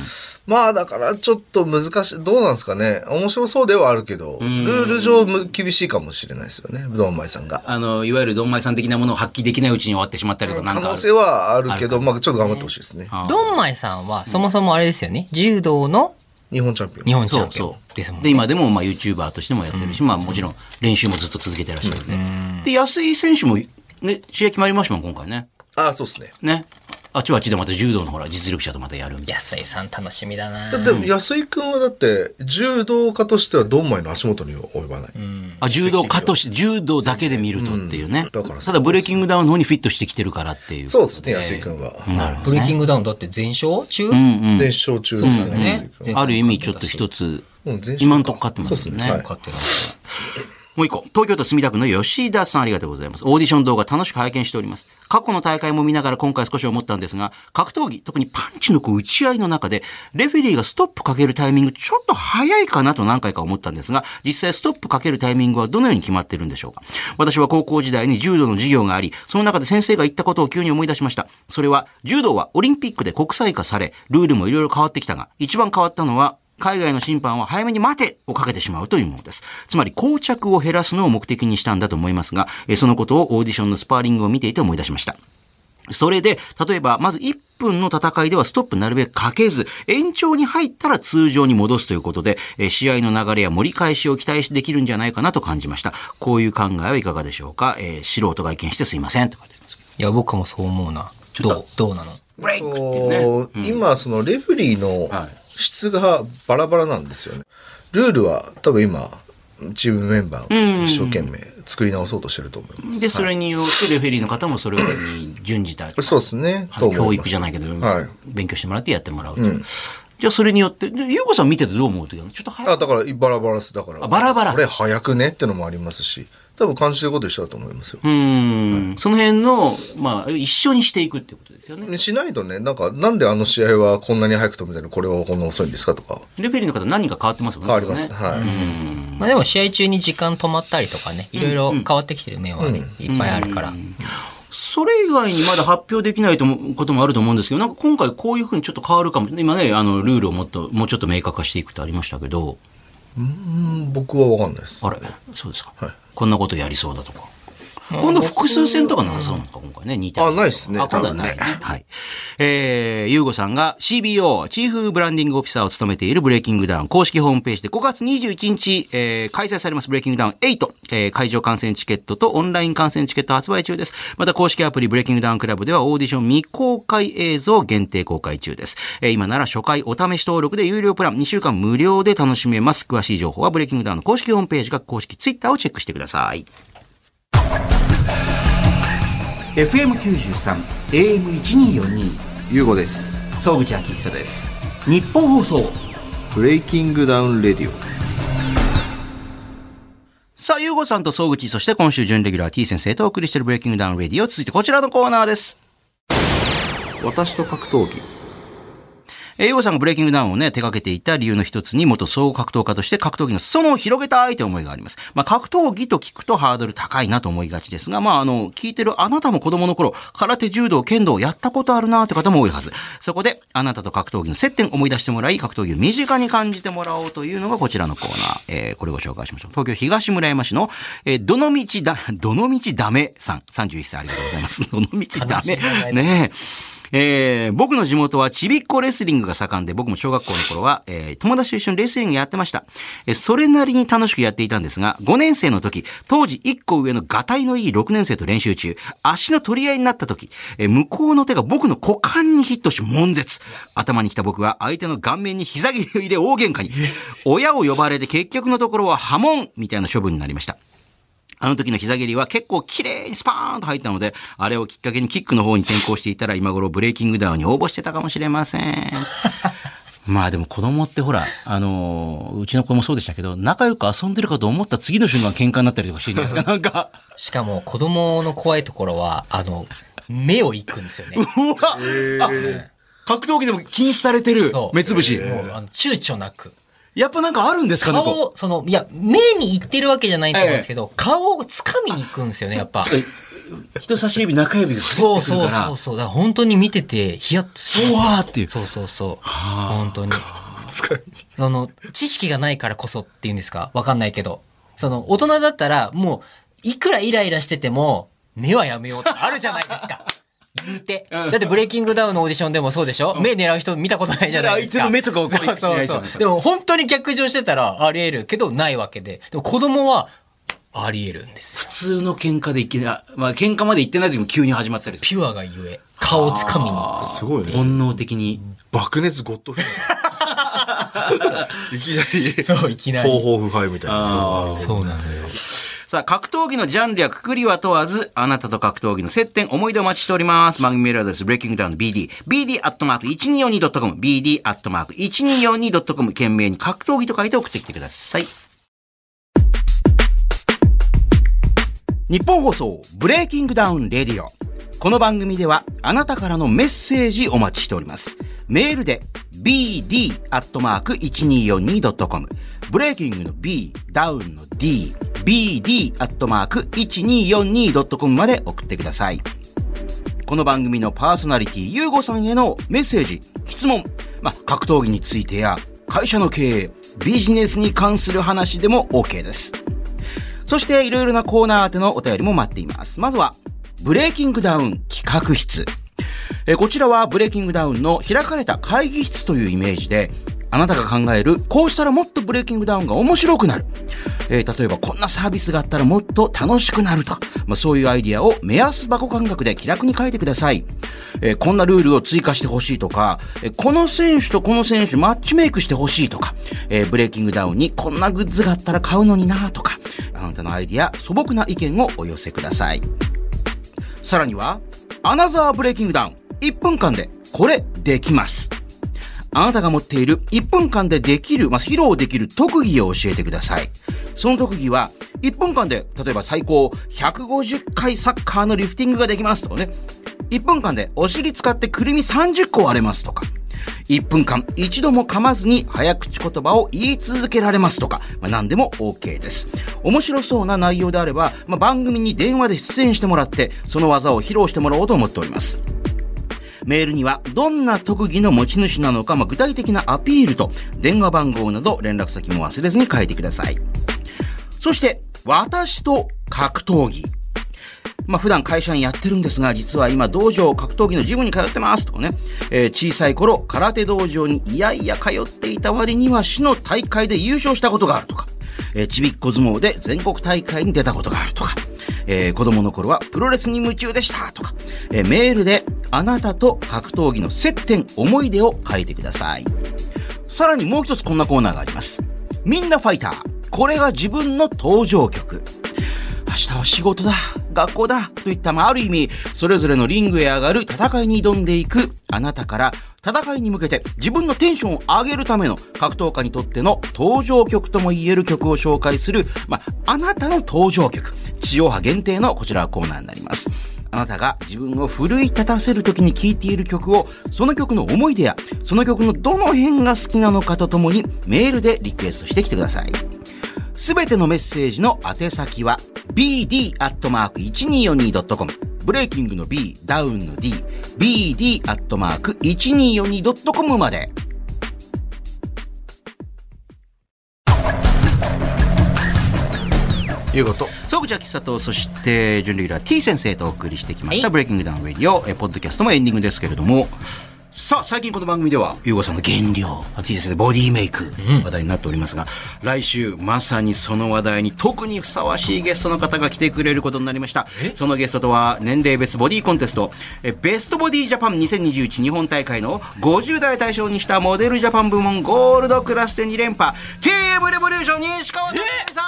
Speaker 2: まあだからちょっと難しい、どうなんですかね。面白そうではあるけど、ルール上む厳しいかもしれないですよね、ドンマイさんが。
Speaker 1: あの、いわゆるドンマイさん的なものを発揮できないうちに終わってしまったりとかなん
Speaker 2: 可
Speaker 1: かあ
Speaker 2: 能
Speaker 1: る。
Speaker 2: 性はあるけど、まあちょっと頑張ってほしいですね。
Speaker 1: あー
Speaker 4: ドンマイさんはそもそもあれですよね。柔道の
Speaker 2: 日本チャンピオン。
Speaker 4: 日本チ
Speaker 1: そ
Speaker 4: ャ
Speaker 1: う
Speaker 4: ンピオ
Speaker 1: そ
Speaker 4: ン
Speaker 1: う。で
Speaker 4: ですもんね。
Speaker 1: 今でもまあ YouTuber としてもやってるし、まあもちろん練習もずっと続けてらっしゃるんで。で、安井選手もね、試合決まりましたもん、今回ね。
Speaker 2: ああ、そうですね。
Speaker 1: ね。あっちはあっちでまた柔道のほら、実力者とまたやるみたい
Speaker 4: 安井さん楽しみだな
Speaker 2: だってでも安井君はだって、柔道家としてはドンマイの足元には及ばない。
Speaker 1: な。あ、柔道家として、柔道だけで見るとっていうね。
Speaker 2: うんだからそう
Speaker 1: ただブレイキングダウンの方にフィットしてきてるからっていう。
Speaker 2: そうですね、安井君は。
Speaker 1: なるほど
Speaker 4: ブレイキングダウンだって全勝中、
Speaker 1: うんうん。
Speaker 2: 全勝中です
Speaker 4: そうだね
Speaker 2: ね、安井君。
Speaker 1: ある意味ちょっと一つ
Speaker 2: うん全、勝
Speaker 1: 今んとこ勝ってます
Speaker 2: そう
Speaker 1: よ
Speaker 2: っ
Speaker 1: ね。
Speaker 2: すねはい
Speaker 4: 勝ってない
Speaker 1: もう一個、東京都墨田区の吉田さんありがとうございます。オーディション動画楽しく拝見しております。過去の大会も見ながら今回少し思ったんですが、格闘技、特にパンチのこう打ち合いの中で、レフェリーがストップかけるタイミング、ちょっと早いかなと何回か思ったんですが、実際ストップかけるタイミングはどのように決まっているんでしょうか。私は高校時代に柔道の授業があり、その中で先生が言ったことを急に思い出しました。それは、柔道はオリンピックで国際化され、ルールもいろいろ変わってきたが、一番変わったのは、海外の審判は早めに待てをかけてしまうというものです。つまり、膠着を減らすのを目的にしたんだと思いますが、えーそのことをオーディションのスパーリングを見ていて思い出しました。それで、例えば、まず1分の戦いではストップなるべくかけず、延長に入ったら通常に戻すということで、えー試合の流れや盛り返しを期待できるんじゃないかなと感じました。こういう考えはいかがでしょうか、えー素人が意見してすいません。とかです。
Speaker 4: いや僕もそう思うなどうどうなの
Speaker 1: ブレイクっていうね。
Speaker 2: そう今そのレフェリーの質がバラバラなんですよね。ルールは多分今チームメンバーを一生懸命作り直そうとしてると思います。
Speaker 1: で、それによってレフェリーの方もそれに準じた
Speaker 2: そうですね。
Speaker 1: あ
Speaker 2: と
Speaker 1: の
Speaker 2: 思い
Speaker 1: 教
Speaker 2: ます
Speaker 1: 育じゃないけど、
Speaker 2: はい
Speaker 1: 勉強してもらってやってもらうと、じゃあそれによってで優子さん見ててどう思うっていうのちょっと早
Speaker 2: あ
Speaker 1: い
Speaker 2: だからバラバラですだから。
Speaker 1: あバラバラ
Speaker 2: これ早くねってのもありますし、多分感じてること一緒だと思いますよ
Speaker 1: う。ん、その辺の、まあ、一緒にしていくってことですよね。
Speaker 2: しないとね、なんか、なんであの試合はこんなに早く止めたのにこれはこんな遅いんですかとか、
Speaker 1: レフェリーの方何か変わってますもんね。
Speaker 2: 変わります。
Speaker 1: それね
Speaker 2: はい。
Speaker 4: まあでも試合中に時間止まったりとかね、いろいろ変わってきてる面はね、いっぱいあるから。
Speaker 3: それ以外にまだ発表できないともこともあると思うんですけど、なんか今回こういうふうにちょっと変わるかも。今ね、あの、ルールをもっと、もうちょっと明確化していくとありましたけど、
Speaker 2: うん僕は分かんないです
Speaker 3: あれ、そうですか。
Speaker 2: はい
Speaker 3: こんなことやりそうだとか。今度複数戦とかなさそうなのか、今回ね、似た。
Speaker 2: あないっすね
Speaker 3: あ、今度はないね。はい。えー、ゆうごさんが CBO、チーフブランディングオフィサーを務めているブレイキングダウン公式ホームページで5月21日、えー開催されますブレイキングダウン8、えー会場観戦チケットとオンライン観戦チケット発売中です。また公式アプリブレイキングダウンクラブではオーディション未公開映像限定公開中です。えー今なら初回お試し登録で有料プラン2週間無料で楽しめます。詳しい情報はブレイキングダウンの公式ホームページか公式ツイッターをチェックしてください。
Speaker 5: FM93 AM1242
Speaker 2: ゆうごです
Speaker 5: 総口昭久です日本放送
Speaker 2: ブレイキングダウンレディオ
Speaker 3: さあ、ゆうごさんと総口、そして今週準レギュラー T 先生とお送りしているブレイキングダウンレディオ、続いてこちらのコーナーです。
Speaker 2: 私と格闘技
Speaker 3: えー、ゆうごさんがブレイキングダウンをね、手掛けていた理由の一つに、元総合格闘家として格闘技の裾野を広げたいという思いがあります。まあ、格闘技と聞くとハードル高いなと思いがちですが、まあ、あの、聞いてるあなたも子供の頃、空手、柔道、剣道をやったことあるなという方も多いはず。そこで、あなたと格闘技の接点を思い出してもらい、格闘技を身近に感じてもらおうというのがこちらのコーナー。えーこれご紹介しましょう。東京東村山市の、えーどの道だ、どの道ダメさん、31歳ありがとうございます。どの道ダ
Speaker 4: 悲しい名前
Speaker 3: メ。ねえ。えー僕の地元はちびっこレスリングが盛んで、僕も小学校の頃は、えー友達と一緒にレスリングやってました。えーそれなりに楽しくやっていたんですが、5年生の時、当時1個上のガタイのいい6年生と練習中、足の取り合いになった時、えー向こうの手が僕の股間にヒットし、悶絶。頭に来た僕は相手の顔面に膝切りを入れ大喧嘩に。親を呼ばれて結局のところは破門みたいな処分になりました。あの時の膝蹴りは結構綺麗にスパーンと入ったので、あれをきっかけにキックの方に転向していたら今頃ブレイキングダウンに応募してたかもしれません。 [laughs] まあでも子供ってほら、あのーうちの子もそうでしたけど、仲良く遊んでるかと思った次の瞬間喧嘩になったりとかしてるじゃないですか、なん [laughs] か。
Speaker 4: しかも子供の怖いところは、あの、目をいくんですよね。
Speaker 3: うわあ格闘技でも禁止されてる
Speaker 4: そう
Speaker 3: 目つぶし。
Speaker 4: もう、あの、躊躇なく。
Speaker 3: やっぱなんかあるんですかね、こう
Speaker 4: 顔、その、いや、目にいってるわけじゃないと思うんですけど、顔を掴みに行くんですよね、やっぱ。
Speaker 3: 人差し指、中指が
Speaker 4: そ
Speaker 3: 触
Speaker 4: う
Speaker 3: ってくる
Speaker 4: そ
Speaker 3: か
Speaker 4: う
Speaker 3: ら。
Speaker 4: そうそう。だから本当に見てて、ヒヤッとする
Speaker 3: うわーっていう
Speaker 4: そうそうそう。本当に。
Speaker 2: 使い
Speaker 4: その、知識がないからこそっていうんですかわかんないけど。その、大人だったら、もう、いくらイライラしてても、目はやめようってあるじゃないです
Speaker 3: [laughs]
Speaker 4: か。言うて。だってブレイキングダウンのオーディションでもそうでしょ、目狙う人見たことないじゃないですか。
Speaker 3: 相手の目とかをこう
Speaker 4: そうそう
Speaker 3: 一気に狙い
Speaker 4: そ
Speaker 3: そう
Speaker 4: う。でも本当に逆上してたらあり得るけどないわけで。でも子供はあり得るんですよ。
Speaker 3: 普通の喧嘩でいけな、まあ喧嘩まで行ってない時も急に始まってたりする。
Speaker 4: ピュアがゆえ、顔を掴みに行く。
Speaker 2: すごいね
Speaker 3: 本能的に。
Speaker 2: 爆熱ゴッドフィー [laughs] いきなり
Speaker 4: そう、いきなり。
Speaker 2: 東方腐敗みたいな
Speaker 4: そうなのよ。
Speaker 3: さあ、格闘技のジャンルやくくりは問わず、あなたと格闘技の接点、思い出をお待ちしております。番組メールアドレス、ブレイキングダウン BD、bd.1242.com、bd.1242.com、懸命に格闘技と書いて送ってきてください。日本放送、ブレイキングダウンレディオ。この番組では、あなたからのメッセージお待ちしております。メールで、bd.1242.com、ブレイキングの b、ダウンの d、bd.1242.com まで送ってください。この番組のパーソナリティ、ゆうごさんへのメッセージ、質問、まあ、格闘技についてや、会社の経営、ビジネスに関する話でも OK です。そして、いろいろなコーナー宛てのお便りも待っています。まずは、ブレイキングダウン企画室。えーこちらはブレイキングダウンの開かれた会議室というイメージで、あなたが考える、こうしたらもっとブレイキングダウンが面白くなる。えー例えばこんなサービスがあったらもっと楽しくなるとか、まあ、そういうアイディアを目安箱感覚で気楽に書いてください。えーこんなルールを追加してほしいとか、えーこの選手とこの選手マッチメイクしてほしいとか、えーブレイキングダウンにこんなグッズがあったら買うのになとか、あなたのアイディア、素朴な意見をお寄せください。さらには、アナザーブレイキングダウン。1分間で、これ、できます。あなたが持っている1分間でできる、まあ、披露できる特技を教えてください。その特技は、1分間で、例えば最高150回サッカーのリフティングができますとかね。1分間でお尻使ってくるみ30個割れますとか。 1分間一度も噛まずに早口言葉を言い続けられますとか、まあ、何でも OK です。面白そうな内容であれば、まあ、番組に電話で出演してもらって、その技を披露してもらおうと思っております。メールには、どんな特技の持ち主なのか、まあ、具体的なアピールと、電話番号など連絡先も忘れずに書いてください。そして、私と格闘技。まあ、普段会社にやってるんですが、実は今、道場格闘技のジムに通ってますとかね、えー小さい頃、空手道場にいやいや通っていた割には、市の大会で優勝したことがあるとか、えーちびっこ相撲で全国大会に出たことがあるとか、えー子供の頃はプロレスに夢中でしたとか、えーメールで、あなたと格闘技の接点、思い出を書いてください。さらにもう一つこんなコーナーがあります。みんなファイター。これが自分の登場曲。明日は仕事だ、学校だ、といった、まあ、ある意味、それぞれのリングへ上がる戦いに挑んでいく、あなたから、戦いに向けて自分のテンションを上げるための格闘家にとっての登場曲とも言える曲を紹介する、まあ、あなたの登場曲、地上波限定のこちらコーナーになります。あなたが自分を奮い立たせる時に聴いている曲を、その曲の思い出や、その曲のどの辺が好きなのかとともに、メールでリクエストしてきてください。すべてのメッセージの宛先は bd.1242.com ブレイキングの B、ダウンの D、bd.1242.com まで。
Speaker 2: いうこと。
Speaker 3: 総口は喫茶と、そして、準レギュラー T 先生とお送りしてきました、
Speaker 4: はい
Speaker 3: ブレイキングダウンレディオ、えーポッドキャストもエンディングですけれども、さあ、最近この番組では、ゆうごさんの減量、T 先生のボディメイク、話題になっておりますが、来週、まさにその話題に特にふさわしいゲストの方が来てくれることになりました。そのゲストとは、年齢別ボディコンテスト、えーベストボディジャパン2021日本大会の50代対象にしたモデルジャパン部門ゴールドクラスで2連覇、TM レボリューション西川照美さん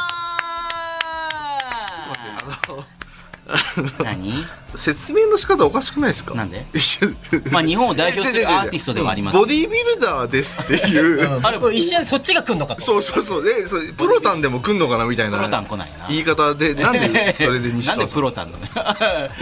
Speaker 3: 何
Speaker 2: 説明の仕方おかしくないですか
Speaker 3: なんで
Speaker 2: いや
Speaker 3: まあ日本を代表する
Speaker 2: 違う違う違う
Speaker 3: アーティストではあります
Speaker 2: ボディービルダーですっていう。
Speaker 4: あれ一瞬そっちが来んのかと。
Speaker 2: そうそうそう。で、それプロタンでも来んのかなみたいな。
Speaker 3: プロタン来ないな
Speaker 2: 言い方で、なん
Speaker 3: [laughs]
Speaker 2: でそれで西
Speaker 3: なん
Speaker 2: 川
Speaker 3: で
Speaker 2: さ
Speaker 3: プ
Speaker 2: ん。
Speaker 3: ロタンのね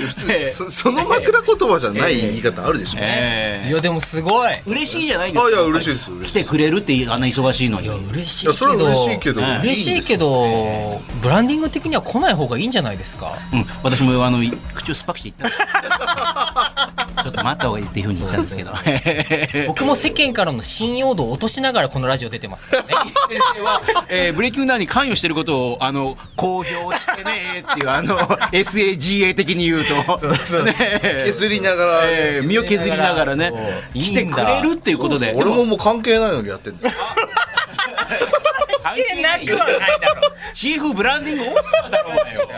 Speaker 2: 普通そその枕言葉じゃない言い方あるでしょ。あ、
Speaker 3: え
Speaker 4: いや、でもすごい。
Speaker 3: ー嬉しいじゃないですか
Speaker 2: いや、嬉しいです。嬉し
Speaker 3: 来
Speaker 2: い
Speaker 3: てくれるっていうあんな忙しいのに
Speaker 4: 嬉しい
Speaker 2: い
Speaker 4: けど。
Speaker 2: や、それは嬉しいけど。
Speaker 4: 嬉しいけど、ブランディング的には来ない方がいいんじゃないですか。
Speaker 3: うん、私もあのい口を酸っぱくして言ったのちょっと待った方がいいっていうふうに言ったんですけど
Speaker 4: 僕も世間からの信用度を落としながらこのラジオ出てますからね。
Speaker 3: 先生は、 [laughs] えーブレイキングダウンに関与していることをあの公表してねっていうあ [laughs] の SAGA 的に言うとねえ
Speaker 2: 削りながら、
Speaker 3: えー身を削りながらね
Speaker 4: そう
Speaker 3: 来てくれるっていうことで
Speaker 2: 俺ももう関係ないのにやってるんですよ。
Speaker 3: 関係ないよ
Speaker 4: ないだろ。
Speaker 3: チーフブランディングオフィサーだろうがよ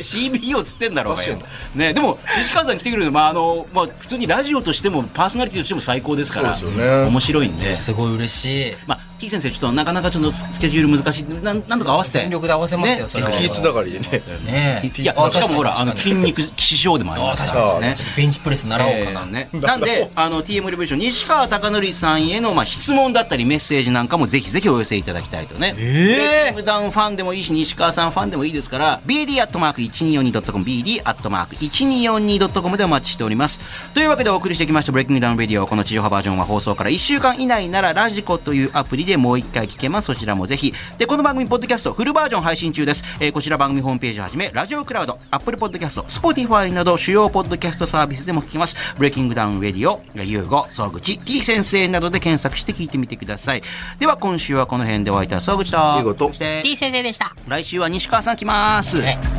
Speaker 3: [laughs] CBO つってんだろうがよ
Speaker 2: 確か
Speaker 3: ねでも西川さん来てくれるのまああのまあ普通にラジオとしてもパーソナリティとしても最高ですから
Speaker 2: そうですよね
Speaker 3: 面白いんで。
Speaker 4: [laughs] すごい嬉しい。
Speaker 3: まあ、T 先生ちょっとなかなかちょっとスケジュール難しいなんなんとか合わせて
Speaker 4: 全力で合わせます
Speaker 3: ね
Speaker 4: よそれは
Speaker 2: 気ぃつながりでね。
Speaker 4: ねえ
Speaker 3: いやしかもほらあの筋肉師匠でもありますからね
Speaker 4: ベンチプレス習おうか
Speaker 3: え
Speaker 4: な。
Speaker 3: ーね、なんであの TM レボリューション西川貴教さんへの、まあ、質問だったりメッセージなんかもぜひぜひお寄せいただきたいとねええ普段ファンでもいいし西川さんファンでもいいですから BD アットマーク 1242.com BD アットマーク 1242.com でお待ちしておりますというわけでお送りしてきました「ブレイキングダウンレディオ」この地上波バージョンは放送から1週間以内ならラジコというアプリでもう一回聞けますそちらもぜひでこの番組ポッドキャストフルバージョン配信中です、えーこちら番組ホームページをはじめラジオクラウドアップルポッドキャストスポティファイなど主要ポッドキャストサービスでも聞けますブレイキングダウンレディオユーゴ総口 T 先生などで検索して聞いてみてくださいでは今週はこの辺でお会いいたい総口と
Speaker 2: ユーゴと
Speaker 3: そして
Speaker 6: D 先生でした
Speaker 3: 来週は西川さん来ます、
Speaker 4: はい